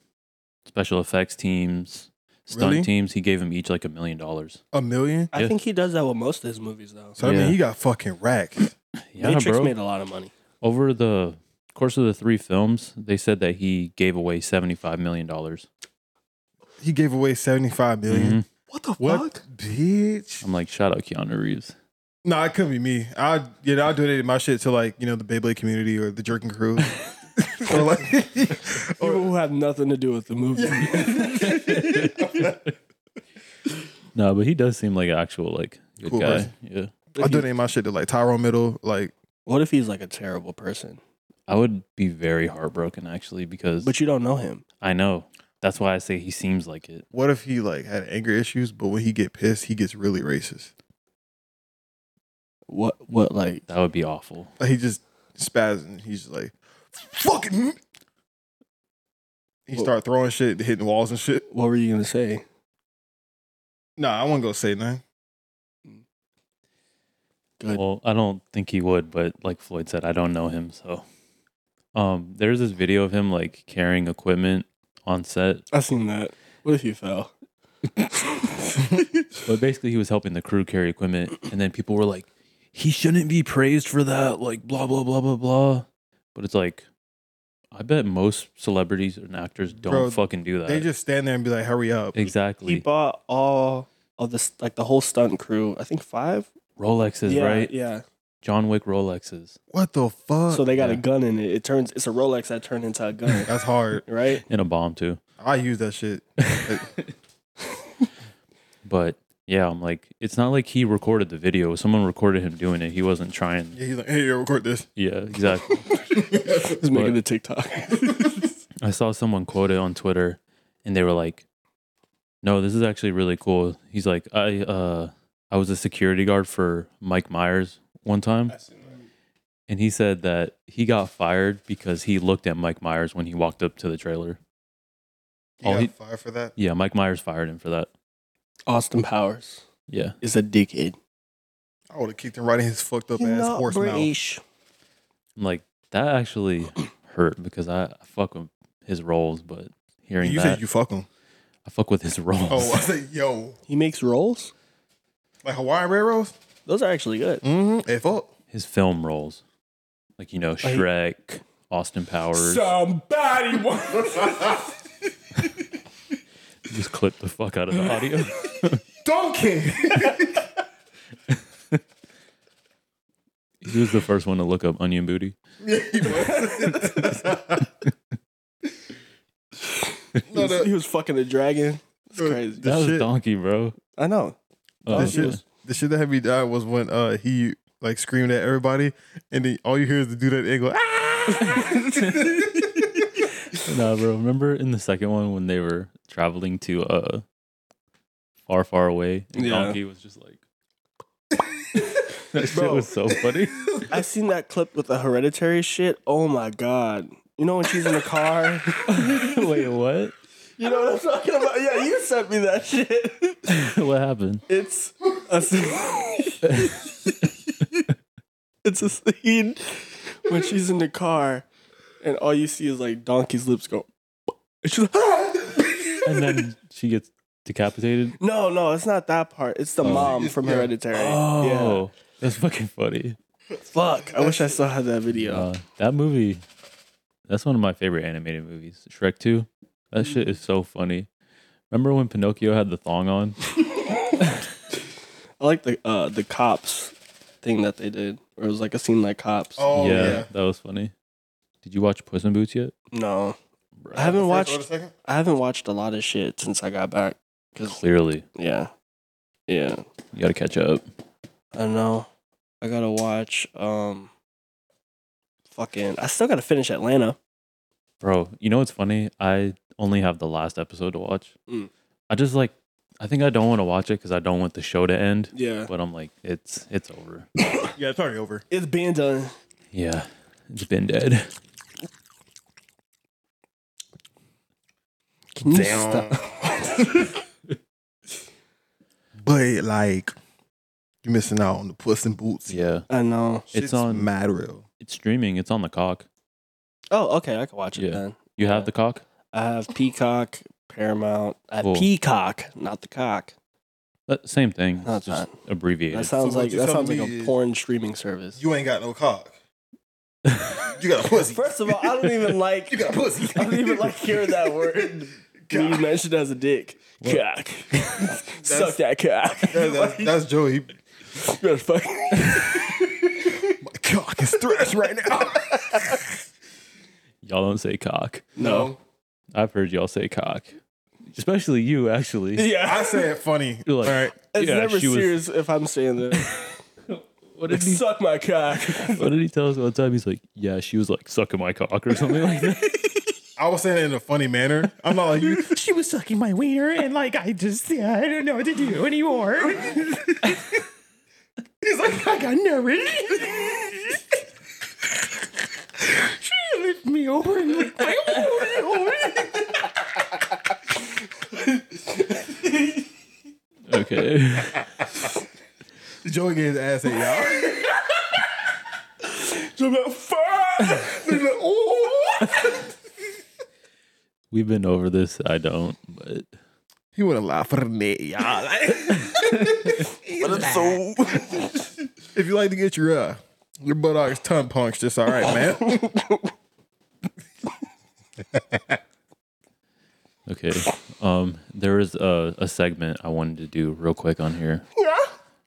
Speaker 2: special effects teams, stunt
Speaker 1: Really?
Speaker 2: teams, he gave them each like a million dollars.
Speaker 1: A million?
Speaker 3: I
Speaker 2: Yeah.
Speaker 3: think he does that with most of his movies though.
Speaker 1: So I
Speaker 2: Yeah.
Speaker 1: mean he got fucking racked.
Speaker 2: Yeah,
Speaker 3: Matrix
Speaker 2: bro.
Speaker 3: made a lot of money.
Speaker 2: Over the course of the three films, they said that he gave away seventy five million dollars.
Speaker 1: He gave away 75 million.
Speaker 2: Mhm.
Speaker 3: What the
Speaker 1: What bitch?
Speaker 2: I'm like, shout out Keanu Reeves.
Speaker 1: Nah, it couldn't be me. I you know, I donated my shit to like, you know, the Beyblade community or the jerking *laughs* crew. or like
Speaker 3: People who have nothing to do with the *laughs*
Speaker 1: *laughs*
Speaker 3: movie.
Speaker 2: No, but he does seem like an actual like good
Speaker 1: Cool
Speaker 2: guy.
Speaker 1: person.
Speaker 2: Yeah.
Speaker 1: I donated my shit to like Tyrone Middle, like
Speaker 3: What if he's like a terrible person,
Speaker 2: I would be very heartbroken actually because
Speaker 3: but you don't know him?
Speaker 2: I know. That's why I say he seems like it.
Speaker 1: what if he like had anger issues, but when he get pissed, he gets really racist.
Speaker 3: What? What? Like?
Speaker 2: That would be awful.
Speaker 1: Like he just spazzed and he's just like, fucking. He
Speaker 3: Whoa.
Speaker 1: started throwing shit, hitting walls and shit.
Speaker 3: What were you gonna say?
Speaker 1: *laughs* Nah, I won't go say nothing.
Speaker 3: Good.
Speaker 2: Well, I don't think he would, but like Floyd said, I don't know him, so um there's this video of him like carrying equipment on set.
Speaker 3: I seen that. What if you *laughs* fell?
Speaker 2: But basically he was helping the crew carry equipment and then people were like, He shouldn't be praised for that, like blah blah blah blah blah. But it's like I bet most celebrities and actors don't
Speaker 1: Bro,
Speaker 2: fucking do that.
Speaker 1: They just stand there and be like, hurry up.
Speaker 2: exactly
Speaker 3: he bought all of this, like the whole stunt crew. I think five.
Speaker 2: Rolexes,
Speaker 3: yeah,
Speaker 2: right?
Speaker 3: Yeah.
Speaker 2: John Wick Rolexes.
Speaker 1: What the fuck?
Speaker 3: So they got a
Speaker 2: yeah.
Speaker 3: gun in it. It turns. It's a Rolex that turned into a
Speaker 2: *laughs*
Speaker 3: gun.
Speaker 1: That's hard.
Speaker 3: right.
Speaker 2: And a bomb too. *laughs*
Speaker 1: I use that shit.
Speaker 2: But yeah, I'm like, it's not like he recorded the video. Someone recorded him doing it. He wasn't trying.
Speaker 1: Yeah, he's like, hey, yo, record this.
Speaker 2: Yeah, exactly.
Speaker 3: He's making the TikTok.
Speaker 2: I saw someone quote it on Twitter and they were like, no, this is actually really cool. He's like, I, uh, I was a security guard for Mike Myers one time. And he said that he got fired because he looked at Mike Myers when he walked up to the trailer.
Speaker 1: You
Speaker 2: Oh,
Speaker 1: got
Speaker 2: he-
Speaker 1: fired for that?
Speaker 2: Yeah, Mike Myers fired him for that.
Speaker 3: *laughs* Austin Powers
Speaker 2: Yeah.
Speaker 3: is a dickhead.
Speaker 1: I would have kicked him right in his fucked up ass horse mouth.
Speaker 2: I'm like, that
Speaker 1: *clears throat*
Speaker 2: actually hurt because I, I fuck with his roles, but hearing
Speaker 1: You
Speaker 2: that,
Speaker 1: said you fuck him.
Speaker 2: I fuck with his roles.
Speaker 1: Oh, I was like, yo,
Speaker 3: He makes rolls.
Speaker 1: like Hawaiian Red Rolls?
Speaker 3: Those are actually good.
Speaker 1: Mm-hmm. Hey, fuck.
Speaker 2: his film roles. Like, you know, Shrek, Austin Powers.
Speaker 3: Somebody *laughs* wants.
Speaker 2: Just clip the fuck out of the audio.
Speaker 1: Donkey.
Speaker 2: *laughs* he was the first one to look up Onion Booty.
Speaker 1: no, the,
Speaker 3: he was fucking a dragon. It's crazy.
Speaker 1: The
Speaker 2: that was
Speaker 1: shit-
Speaker 2: Donkey, bro.
Speaker 3: I know.
Speaker 2: Oh,
Speaker 1: the shit,
Speaker 2: yeah.
Speaker 1: the shit that had me die was when uh he like screamed at everybody, and then all you hear is the dude at the end go, ah!
Speaker 2: Nah, bro. Remember in the second one when they were traveling to uh far, far away, and
Speaker 3: Yeah.
Speaker 2: Donkey was just like, that shit was so funny. *laughs*
Speaker 3: I seen that clip with the hereditary shit. Oh my god. You know when she's in the car?
Speaker 2: Wait, what?
Speaker 3: *laughs*
Speaker 2: *laughs*
Speaker 3: You know what I'm talking about? Yeah, you sent me that shit. *laughs*
Speaker 2: what happened?
Speaker 3: It's a scene. *laughs* it's a scene when she's in the car and all you see is like Donkey's lips *laughs* go. And she's like,
Speaker 2: And then she gets decapitated.
Speaker 3: no, no, it's not that part. Oh. It's the mom from
Speaker 1: yeah.
Speaker 3: Hereditary.
Speaker 2: Oh, that's fucking funny.
Speaker 3: Fuck. I wish I still had that video.
Speaker 2: Uh, that movie, that's one of my favorite animated movies. Shrek 2. That shit is so funny. Remember when Pinocchio had the thong on?
Speaker 3: *laughs* I like the uh the cops thing that they did. Where it was like a scene like cops.
Speaker 1: oh
Speaker 2: that was funny. Did you watch Puss in Boots yet?
Speaker 3: No. I haven't
Speaker 1: Watch.
Speaker 3: watched I haven't watched a lot of shit since I got back. Cause
Speaker 2: Clearly,
Speaker 3: yeah. Yeah.
Speaker 2: you got to catch up.
Speaker 3: I know. I gotta watch um fucking I still gotta finish Atlanta.
Speaker 2: Bro, you know what's funny? I only have the last episode to watch.
Speaker 3: Mm.
Speaker 2: I just like, I think I don't want to watch it because I don't want the show to end.
Speaker 3: Yeah.
Speaker 2: But I'm like, it's it's over.
Speaker 1: Yeah, it's already over.
Speaker 3: *coughs* It's being done.
Speaker 2: Yeah, it's been dead. *laughs*
Speaker 3: Can you
Speaker 1: Damn.
Speaker 3: stop?
Speaker 1: But like, you're missing out on the Puss in Boots.
Speaker 2: Yeah,
Speaker 3: I know.
Speaker 2: It's on-
Speaker 1: mad real.
Speaker 2: it's streaming. It's on the cock.
Speaker 3: Oh, okay, I can watch it
Speaker 2: Yeah.
Speaker 3: then.
Speaker 2: You
Speaker 3: Yeah.
Speaker 2: have the cock.
Speaker 3: I have Peacock, Paramount. I have
Speaker 2: Cool.
Speaker 3: Peacock, not the cock.
Speaker 2: That, same thing.
Speaker 3: No,
Speaker 2: it's
Speaker 3: it's
Speaker 2: just abbreviated.
Speaker 3: That sounds
Speaker 1: So what
Speaker 3: like
Speaker 1: you
Speaker 3: that
Speaker 1: telling
Speaker 3: sounds like
Speaker 1: me
Speaker 3: a
Speaker 1: is-
Speaker 3: porn streaming service.
Speaker 1: You ain't got no cock.
Speaker 2: *laughs*
Speaker 1: You got a pussy.
Speaker 3: *laughs* First of all, I don't even like.
Speaker 1: You got a pussy.
Speaker 3: I don't even like hearing that
Speaker 1: *laughs*
Speaker 3: word being
Speaker 1: God.
Speaker 3: mentioned as a dick. *laughs* Cock. Suck
Speaker 1: That's-
Speaker 3: that cock.
Speaker 1: That- that's, that's Joey.
Speaker 3: You better fuck-
Speaker 2: *laughs*
Speaker 1: My cock is thrash right now.
Speaker 2: Y'all don't say cock.
Speaker 3: No.
Speaker 2: I've heard y'all say cock, especially you. Actually,
Speaker 3: Yeah.
Speaker 1: *laughs* I say it funny.
Speaker 2: You're like,
Speaker 1: all right.
Speaker 3: It's
Speaker 2: Yeah,
Speaker 3: never
Speaker 2: she was-
Speaker 3: serious if I'm saying that.
Speaker 2: *laughs* what did he?
Speaker 3: Suck my cock.
Speaker 2: What did he tell us one time? He's like, yeah, she was like sucking my cock or something like
Speaker 3: *laughs*
Speaker 2: that.
Speaker 1: I was saying it in a funny manner. I'm not like you.
Speaker 5: *laughs* She was sucking my wiener, and like I just, yeah, I don't know what to do anymore.
Speaker 1: He's like, I got nervous. *laughs* she lift me over and like,
Speaker 2: Okay.
Speaker 1: Joey gave his ass at
Speaker 3: *laughs*
Speaker 1: y'all.
Speaker 3: So I'm like, fuck! He's like, ooh.
Speaker 2: We've been over this. I don't, but
Speaker 1: He would have laughed for me, y'all.
Speaker 3: But it's so.
Speaker 1: If you like to get your uh, your buttocks tongue punched, it's all right,
Speaker 3: *laughs*
Speaker 1: man.
Speaker 2: okay. Um, there is a, a segment I wanted to do real quick on here.
Speaker 3: Yeah.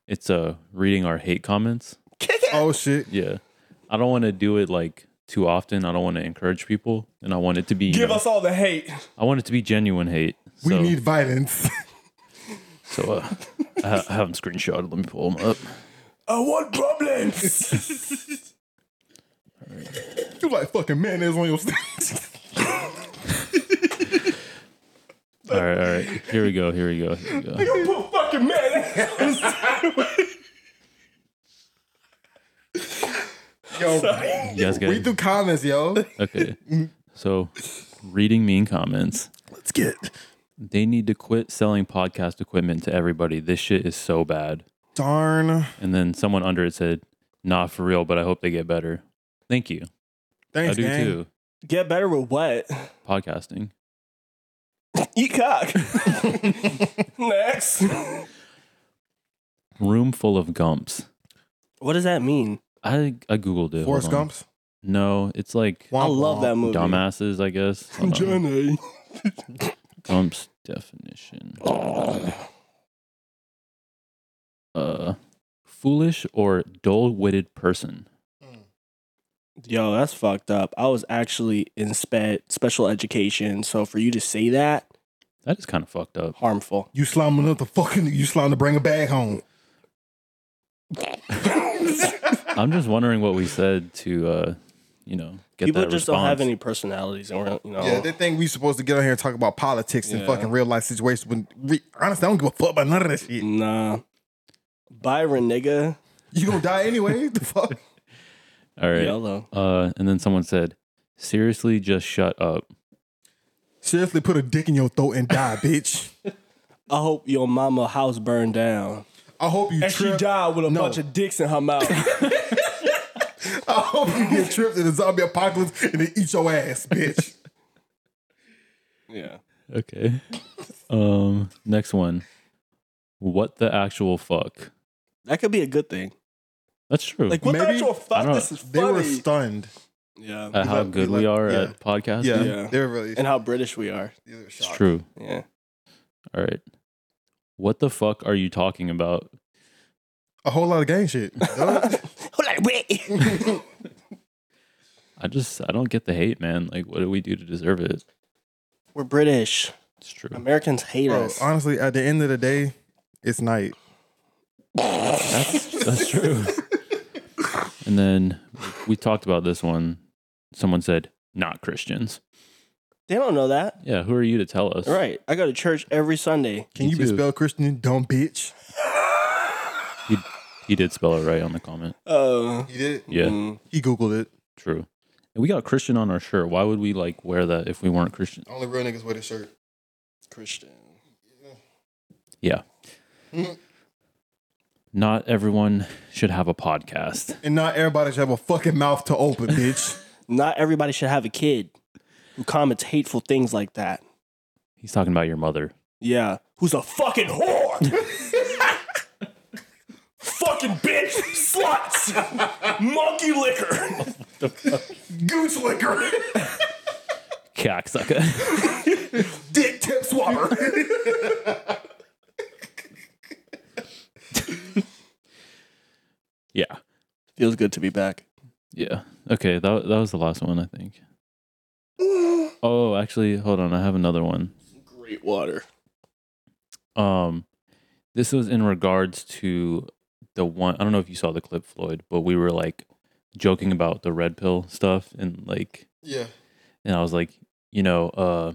Speaker 2: It's uh reading our hate comments.
Speaker 3: Kick it.
Speaker 1: oh shit.
Speaker 2: Yeah. I don't want to do it like too often. I don't want to encourage people, and I want it to be. you
Speaker 3: Give
Speaker 2: know,
Speaker 3: us all the hate.
Speaker 2: I want it to be genuine hate.
Speaker 1: We
Speaker 2: so,
Speaker 1: need violence. *laughs*
Speaker 2: So uh, *laughs* I, ha- I have them screenshotted. Let me pull them up.
Speaker 3: I want
Speaker 2: *laughs*
Speaker 3: problems.
Speaker 1: you like fucking mayonnaise on your steaks.
Speaker 2: All right, all right. Here we go. Here we go. Here we
Speaker 1: *laughs*
Speaker 2: go.
Speaker 3: you put fucking mayonnaise
Speaker 1: yo,
Speaker 2: You guys got
Speaker 1: read
Speaker 2: it?
Speaker 1: through comments, yo.
Speaker 2: okay. So, reading mean comments.
Speaker 1: Let's get it.
Speaker 2: They need to quit selling podcast equipment to everybody. This shit is so bad.
Speaker 1: Darn.
Speaker 2: And then someone under it said, "Nah, for real, but I hope they get better." Thank you.
Speaker 1: Thanks,
Speaker 2: I do
Speaker 1: gang.
Speaker 2: too.
Speaker 3: Get better with what?
Speaker 2: Podcasting.
Speaker 3: Eat cock. *laughs* Next.
Speaker 2: Room full of gumps.
Speaker 3: What does that mean?
Speaker 2: I I googled it.
Speaker 1: Forrest
Speaker 2: Hold on.
Speaker 1: Gumps.
Speaker 2: No, it's like
Speaker 1: Womp
Speaker 3: I love
Speaker 1: womp.
Speaker 3: that movie.
Speaker 2: dumbasses, I guess. Hold on.
Speaker 1: *laughs*
Speaker 3: Johnny.
Speaker 2: Gumps definition. Uh, foolish or dull-witted person.
Speaker 3: Yo, that's fucked up. I was actually in spe- special education, so for you to say that,
Speaker 2: That is kind of fucked up.
Speaker 3: harmful.
Speaker 1: You slime another fucking. You slime to bring a bag home.
Speaker 2: I'm just wondering what we said to, uh, you know, get
Speaker 3: People
Speaker 2: that
Speaker 3: just
Speaker 2: response.
Speaker 3: don't have any personalities, and we're you know.
Speaker 1: Yeah, they think we supposed to get on here and talk about politics and
Speaker 3: Yeah.
Speaker 1: fucking real life situations. When re- honestly, I don't give a fuck about none of that shit.
Speaker 3: Nah. Byron, nigga.
Speaker 1: You gonna die anyway? the fuck?
Speaker 2: All right.
Speaker 3: Yellow.
Speaker 2: Uh, and then someone said, "Seriously, just shut up."
Speaker 1: *laughs* Seriously, put a dick in your throat and die, bitch.
Speaker 3: I hope your mama house burned down.
Speaker 1: I hope you
Speaker 3: And she
Speaker 1: trip.
Speaker 3: died with a
Speaker 1: No.
Speaker 3: bunch of dicks in her mouth.
Speaker 1: *laughs* I hope you get tripped in a zombie apocalypse and they eat your ass, bitch.
Speaker 3: *laughs* yeah.
Speaker 2: Okay. *laughs* um, next one. What the actual fuck?
Speaker 3: That could be a good thing.
Speaker 2: That's true.
Speaker 3: Like, what the
Speaker 1: Hmm. Maybe-
Speaker 3: actual
Speaker 2: I
Speaker 3: fuck?
Speaker 2: don't-
Speaker 3: This is
Speaker 1: They were Uh,
Speaker 3: funny.
Speaker 1: stunned.
Speaker 3: yeah.
Speaker 2: at how
Speaker 1: like-
Speaker 2: good
Speaker 1: like-
Speaker 2: we are
Speaker 1: yeah.
Speaker 2: at podcasting.
Speaker 1: Yeah,
Speaker 3: Yeah.
Speaker 1: they were really.
Speaker 3: and how British we are.
Speaker 1: they were
Speaker 2: It's
Speaker 1: shocked.
Speaker 2: true.
Speaker 1: *laughs*
Speaker 3: Yeah.
Speaker 2: All right. What the fuck are you talking about?
Speaker 1: A whole lot of gang shit.
Speaker 3: *laughs*
Speaker 1: *laughs* dog. *laughs*
Speaker 2: I just I don't get the hate, man. Like what do we do to deserve it?
Speaker 3: We're British.
Speaker 2: It's true.
Speaker 3: Americans hate
Speaker 1: Bro,
Speaker 3: us.
Speaker 1: honestly, at the end of the day, it's night.
Speaker 2: That's that's true. and then we talked about this one. Someone said, not Christians.
Speaker 3: They don't know that.
Speaker 2: Yeah, who are you to tell us?
Speaker 3: Right. I go to church every Sunday.
Speaker 1: Can
Speaker 2: Me
Speaker 1: you be
Speaker 2: too.
Speaker 1: spelled Christian, you dumb bitch?
Speaker 2: He, he did spell it right on the comment.
Speaker 3: Oh.
Speaker 1: He did.
Speaker 2: Yeah,
Speaker 3: Mm.
Speaker 1: He googled it.
Speaker 2: true. And we got Christian on our shirt. Why would we like wear that if we weren't Christian?
Speaker 1: Only real niggas wear this shirt.
Speaker 3: Christian.
Speaker 2: Yeah.
Speaker 1: Mm-hmm.
Speaker 2: Not everyone should have a podcast.
Speaker 1: And not everybody should have a fucking mouth to open, *laughs* bitch.
Speaker 3: Not everybody should have a kid who comments hateful things like that.
Speaker 2: He's talking about your mother.
Speaker 3: Yeah. Who's a fucking whore? fucking bitch. Sluts. Monkey liquor.
Speaker 1: Goose liquor.
Speaker 2: Cocksucker.
Speaker 1: Dick tip swabber.
Speaker 2: *laughs* yeah.
Speaker 3: Feels good to be back.
Speaker 2: Yeah. Okay. That that was the last one, I think.
Speaker 1: Mm-hmm.
Speaker 2: Oh, actually, hold on. I have another one.
Speaker 3: Great water.
Speaker 2: Um, this was in regards to the one. I don't know if you saw the clip, Floyd, but we were like joking about the red pill stuff, and like,
Speaker 1: yeah.
Speaker 2: and I was like, you know, uh,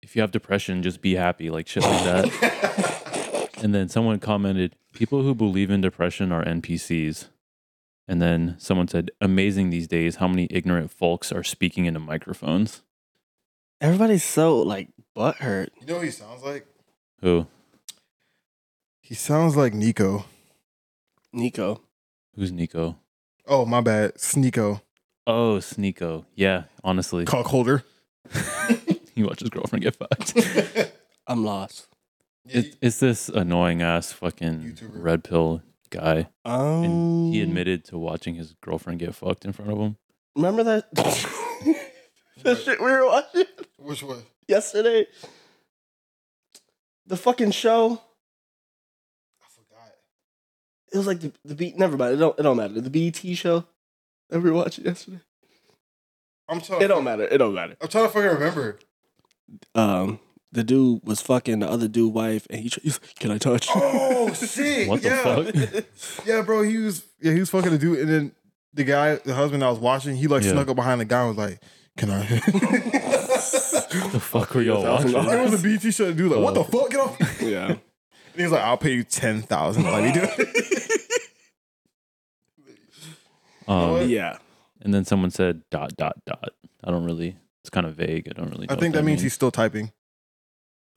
Speaker 2: if you have depression, just be happy, like shit like that. And then someone commented, "People who believe in depression are NPCs." And then someone said, "Amazing these days how many ignorant folks are speaking into microphones."
Speaker 3: Everybody's so like butthurt.
Speaker 1: You know what he sounds like?
Speaker 2: Who?
Speaker 1: He sounds like Nico.
Speaker 3: Nico.
Speaker 2: Who's Nico?
Speaker 1: Oh, my bad. Sneeko.
Speaker 2: Oh, Sneeko. Yeah, honestly,
Speaker 1: Cock *laughs* holder.
Speaker 2: *laughs* he watched his girlfriend get fucked.
Speaker 3: I'm lost.
Speaker 2: It, it's this annoying ass fucking
Speaker 1: YouTuber.
Speaker 2: red pill guy,
Speaker 3: Um,
Speaker 2: and he admitted to watching his girlfriend get fucked in front of him.
Speaker 3: Remember that *laughs* the shit we were watching
Speaker 1: Which one?
Speaker 3: yesterday? The fucking show.
Speaker 1: I forgot.
Speaker 3: It was like the the B. Never mind. It don't it don't matter. The BT show that we were watching yesterday.
Speaker 1: I'm trying.
Speaker 3: It don't matter. It don't matter.
Speaker 1: I'm trying to fucking remember.
Speaker 3: Um, the dude was fucking the other dude's wife, and he tr- he's like, "Can I touch?" you?"
Speaker 1: *laughs* Oh shit!
Speaker 2: What the
Speaker 1: yeah.
Speaker 2: fuck?
Speaker 1: Yeah, bro. He was yeah. He was fucking a dude, and then the guy, the husband I was watching, he like
Speaker 2: Yeah.
Speaker 1: snuck up behind the guy and was like, "Can I?" *laughs*
Speaker 2: the fuck were y'all
Speaker 3: thousand
Speaker 2: watching?
Speaker 3: dollars.
Speaker 1: it was a BT show. The dude was like, "What
Speaker 2: Oh.
Speaker 1: the fuck? Get off!"
Speaker 3: *laughs*
Speaker 1: me."
Speaker 3: yeah.
Speaker 1: And he's like, "I'll pay you ten thousand. *laughs* Let me do it."
Speaker 2: Um,
Speaker 3: Yeah.
Speaker 2: and then someone said dot dot dot. I don't really. It's kind of vague. I don't really. Know
Speaker 1: I think
Speaker 2: what
Speaker 1: that means he's still typing.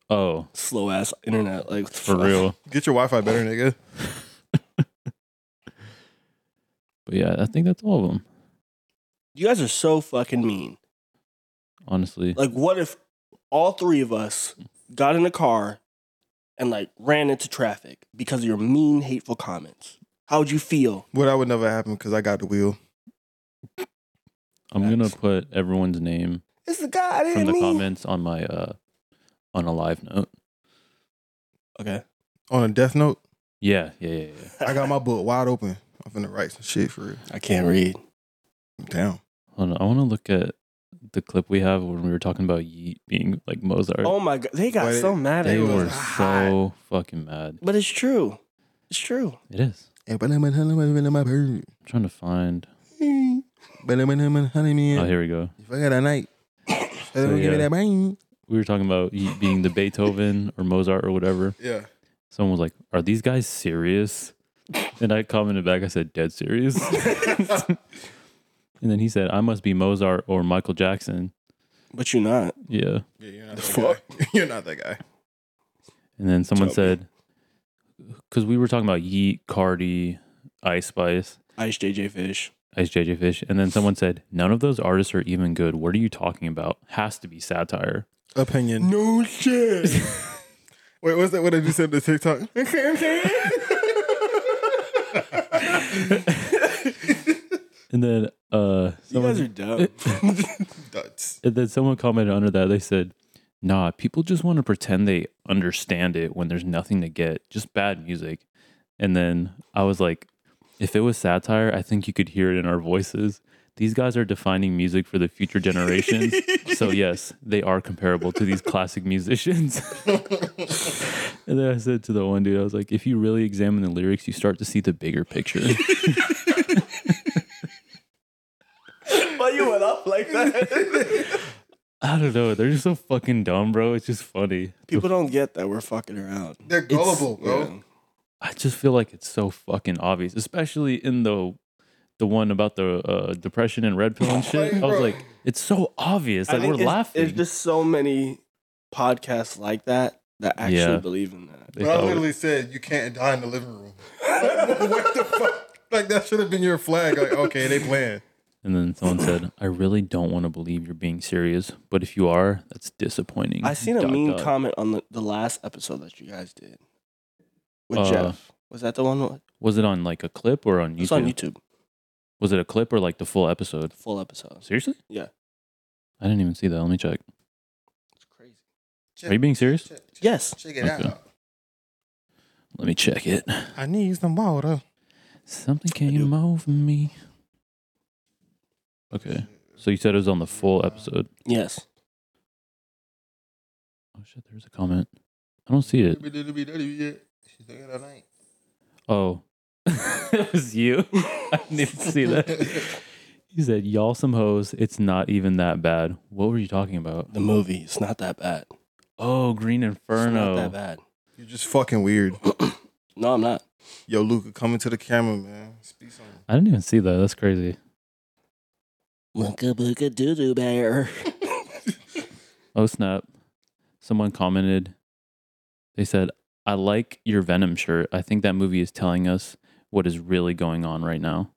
Speaker 2: Oh,
Speaker 3: Slow ass internet. Like what the
Speaker 2: for
Speaker 3: fuck?
Speaker 2: real.
Speaker 1: Get your Wi-Fi better, nigga.
Speaker 2: But yeah, I think that's all of them.
Speaker 3: You guys are so fucking mean.
Speaker 2: Honestly,
Speaker 3: Like, what if all three of us got in a car and like ran into traffic because of your mean, hateful comments? How would you feel?
Speaker 1: What I would never happen because I got the wheel.
Speaker 2: I'm gonna put everyone's name
Speaker 3: It's the guy I
Speaker 2: from
Speaker 3: didn't
Speaker 2: the
Speaker 3: mean.
Speaker 2: comments on my uh on a live note.
Speaker 3: Okay.
Speaker 1: On a death note,
Speaker 2: Yeah, yeah, yeah, yeah.
Speaker 1: I *laughs* got my book wide open. I'm finna write some shit for real.
Speaker 3: *laughs* I can't read.
Speaker 1: I'm down.
Speaker 2: Hold on, I want to look at the clip we have when we were talking about Yeet being like Mozart.
Speaker 3: Oh my god, they got
Speaker 1: Wait,
Speaker 3: so mad at
Speaker 2: they
Speaker 1: it was
Speaker 2: were
Speaker 3: you.
Speaker 2: so fucking mad.
Speaker 3: But it's true. It's true.
Speaker 2: It is.
Speaker 1: And but I'm a honey, man, I'm a bird.
Speaker 2: I'm trying to find.
Speaker 1: *laughs* But I'm a honey, honey, man.
Speaker 2: Oh, here we go.
Speaker 1: If I got a *coughs* night,
Speaker 2: So,
Speaker 1: give me
Speaker 2: yeah.
Speaker 1: that brain.
Speaker 2: We were talking about Yeet being the
Speaker 1: *laughs*
Speaker 2: Beethoven or Mozart or whatever.
Speaker 1: Yeah.
Speaker 2: Someone was like, "Are these guys serious?" And I commented back. I said, "Dead
Speaker 1: *laughs*
Speaker 2: serious." and then he said, "I must be Mozart or Michael Jackson."
Speaker 3: But you're not.
Speaker 2: Yeah.
Speaker 1: Yeah, you're not
Speaker 3: The fuck?
Speaker 1: guy. *laughs* You're not that guy.
Speaker 2: And then someone
Speaker 3: Toby.
Speaker 2: said, because we were talking about Yeet, Cardi, Ice Spice,
Speaker 3: Ice JJ Fish.
Speaker 2: Ice JJ Fish. And then someone said, none of those artists are even good. What are you talking about? Has to be satire.
Speaker 1: Opinion.
Speaker 3: No shit.
Speaker 1: Wait, what's that? What did you said to *laughs* TikTok?
Speaker 2: And then, uh,
Speaker 3: *laughs* you
Speaker 2: someone,
Speaker 3: guys are
Speaker 2: *laughs*
Speaker 3: dumb.
Speaker 1: Duds.
Speaker 2: and then someone commented under that. They said, nah, people just want to pretend they understand it when there's nothing to get, just bad music. And then I was like, if it was satire, I think you could hear it in our voices. These guys are defining music for the future generations. so yes, they are comparable to these classic musicians. and then I said to the one dude, I was like, if you really examine the lyrics, you start to see the bigger picture.
Speaker 3: Why you went up like that?
Speaker 2: I don't know. They're just so fucking dumb, bro. It's just funny.
Speaker 3: People don't get that we're fucking around.
Speaker 1: *laughs* They're gullible, bro.
Speaker 2: I just feel like it's so fucking obvious, especially in the the one about the uh, depression and red
Speaker 3: *laughs*
Speaker 2: pill and shit. I was
Speaker 1: Bro.
Speaker 2: like, it's so obvious.
Speaker 3: I
Speaker 2: Like
Speaker 3: think
Speaker 2: we're
Speaker 3: it's-
Speaker 2: laughing.
Speaker 3: There's just so many podcasts like that that actually
Speaker 2: Yeah.
Speaker 3: believe in
Speaker 1: *laughs*
Speaker 3: that.
Speaker 2: They
Speaker 1: But I
Speaker 2: thought-
Speaker 1: literally said you can't die in the living room. what the fuck? Like that should have been your flag. Like, okay, they playing.
Speaker 2: And then someone said, I really don't want to believe you're being serious, but if you are, that's disappointing.
Speaker 3: I seen a
Speaker 2: Dot,
Speaker 3: mean
Speaker 2: dot.
Speaker 3: comment on the, the last episode that you guys did with
Speaker 2: Uh,
Speaker 3: Jeff. Was that the one?
Speaker 2: Was it on like a clip or on YouTube?
Speaker 3: It's on YouTube,
Speaker 2: Was it a clip or like the full episode?
Speaker 3: full episode.
Speaker 2: Seriously?
Speaker 3: Yeah.
Speaker 2: I didn't even see that. Let me check.
Speaker 3: It's crazy.
Speaker 2: Are you being serious?
Speaker 1: Check, check-
Speaker 3: Yes.
Speaker 1: check it
Speaker 2: Okay.
Speaker 1: out.
Speaker 2: Let me check it.
Speaker 1: I need some water.
Speaker 2: Something
Speaker 3: do.
Speaker 2: came over me. Okay. So you said it was on the full episode.
Speaker 3: Yes.
Speaker 2: Oh shit, there's a comment. I don't see it. Oh. *laughs* it was you. *laughs* I didn't even see that. *laughs* He said, Y'all some hoes, it's not even that bad. What were you talking about?
Speaker 3: The movie. It's not that bad.
Speaker 2: Oh, Green
Speaker 3: It's not
Speaker 2: Inferno.
Speaker 3: that bad.
Speaker 1: You're just fucking weird.
Speaker 3: *clears throat* No, I'm not.
Speaker 1: Yo, Luca, come into the camera, man. Speak something.
Speaker 2: I didn't even see that. That's crazy.
Speaker 3: Wooka booka doo doo bear.
Speaker 2: Oh snap! Someone commented. They said, "I like your Venom shirt. I think that movie is telling us what is really going on right now."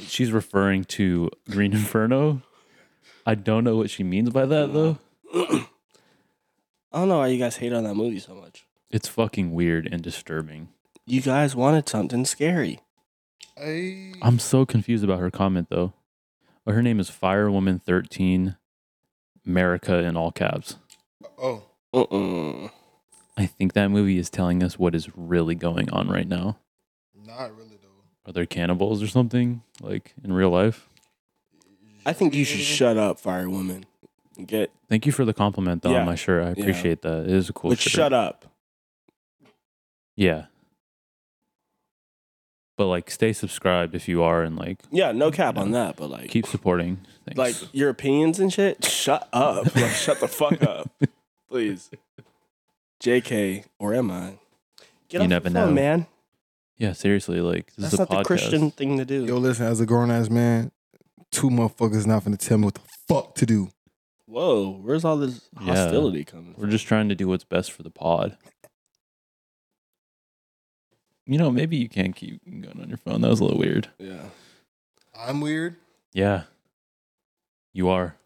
Speaker 2: She's referring to Green *laughs* Inferno. I don't know what she means by that though.
Speaker 3: *clears throat* I don't know why you guys hate on that movie so much.
Speaker 2: It's fucking weird and disturbing.
Speaker 3: You guys wanted something scary.
Speaker 1: Hey.
Speaker 2: I'm so confused about her comment though. Oh, her name is Firewoman13 America in all caps.
Speaker 1: Oh.
Speaker 3: Uh-uh.
Speaker 2: I think that movie is telling us what is really going on right now.
Speaker 1: Not really though.
Speaker 2: Are there cannibals or something like in real life?
Speaker 3: I think you should shut up, Firewoman. Get
Speaker 2: Thank you for the compliment though
Speaker 3: Yeah.
Speaker 2: on my shirt. I
Speaker 3: Yeah.
Speaker 2: appreciate that. It is a cool
Speaker 3: but
Speaker 2: shirt.
Speaker 3: shut up.
Speaker 2: Yeah. But like stay subscribed if you are and like
Speaker 3: Yeah, no cap on that, but like
Speaker 2: keep supporting. Thanks.
Speaker 3: like your opinions and shit, shut up. Like, shut the
Speaker 2: *laughs*
Speaker 3: fuck up. Please. JK, or am I? Get
Speaker 2: You
Speaker 3: off
Speaker 2: never
Speaker 3: your phone,
Speaker 2: know.
Speaker 3: man.
Speaker 2: yeah, seriously, like this
Speaker 3: That's
Speaker 2: is a
Speaker 3: not
Speaker 2: podcast.
Speaker 3: the Christian thing to do.
Speaker 1: Yo, listen, as a grown ass man, two motherfuckers not finna tell me what the fuck to do.
Speaker 3: Whoa, where's all this
Speaker 2: Yeah.
Speaker 3: hostility coming
Speaker 2: We're just trying to do what's best for the pod. You know, maybe you can keep going on your phone. That was a little weird.
Speaker 3: Yeah.
Speaker 1: I'm weird.
Speaker 2: Yeah. You are.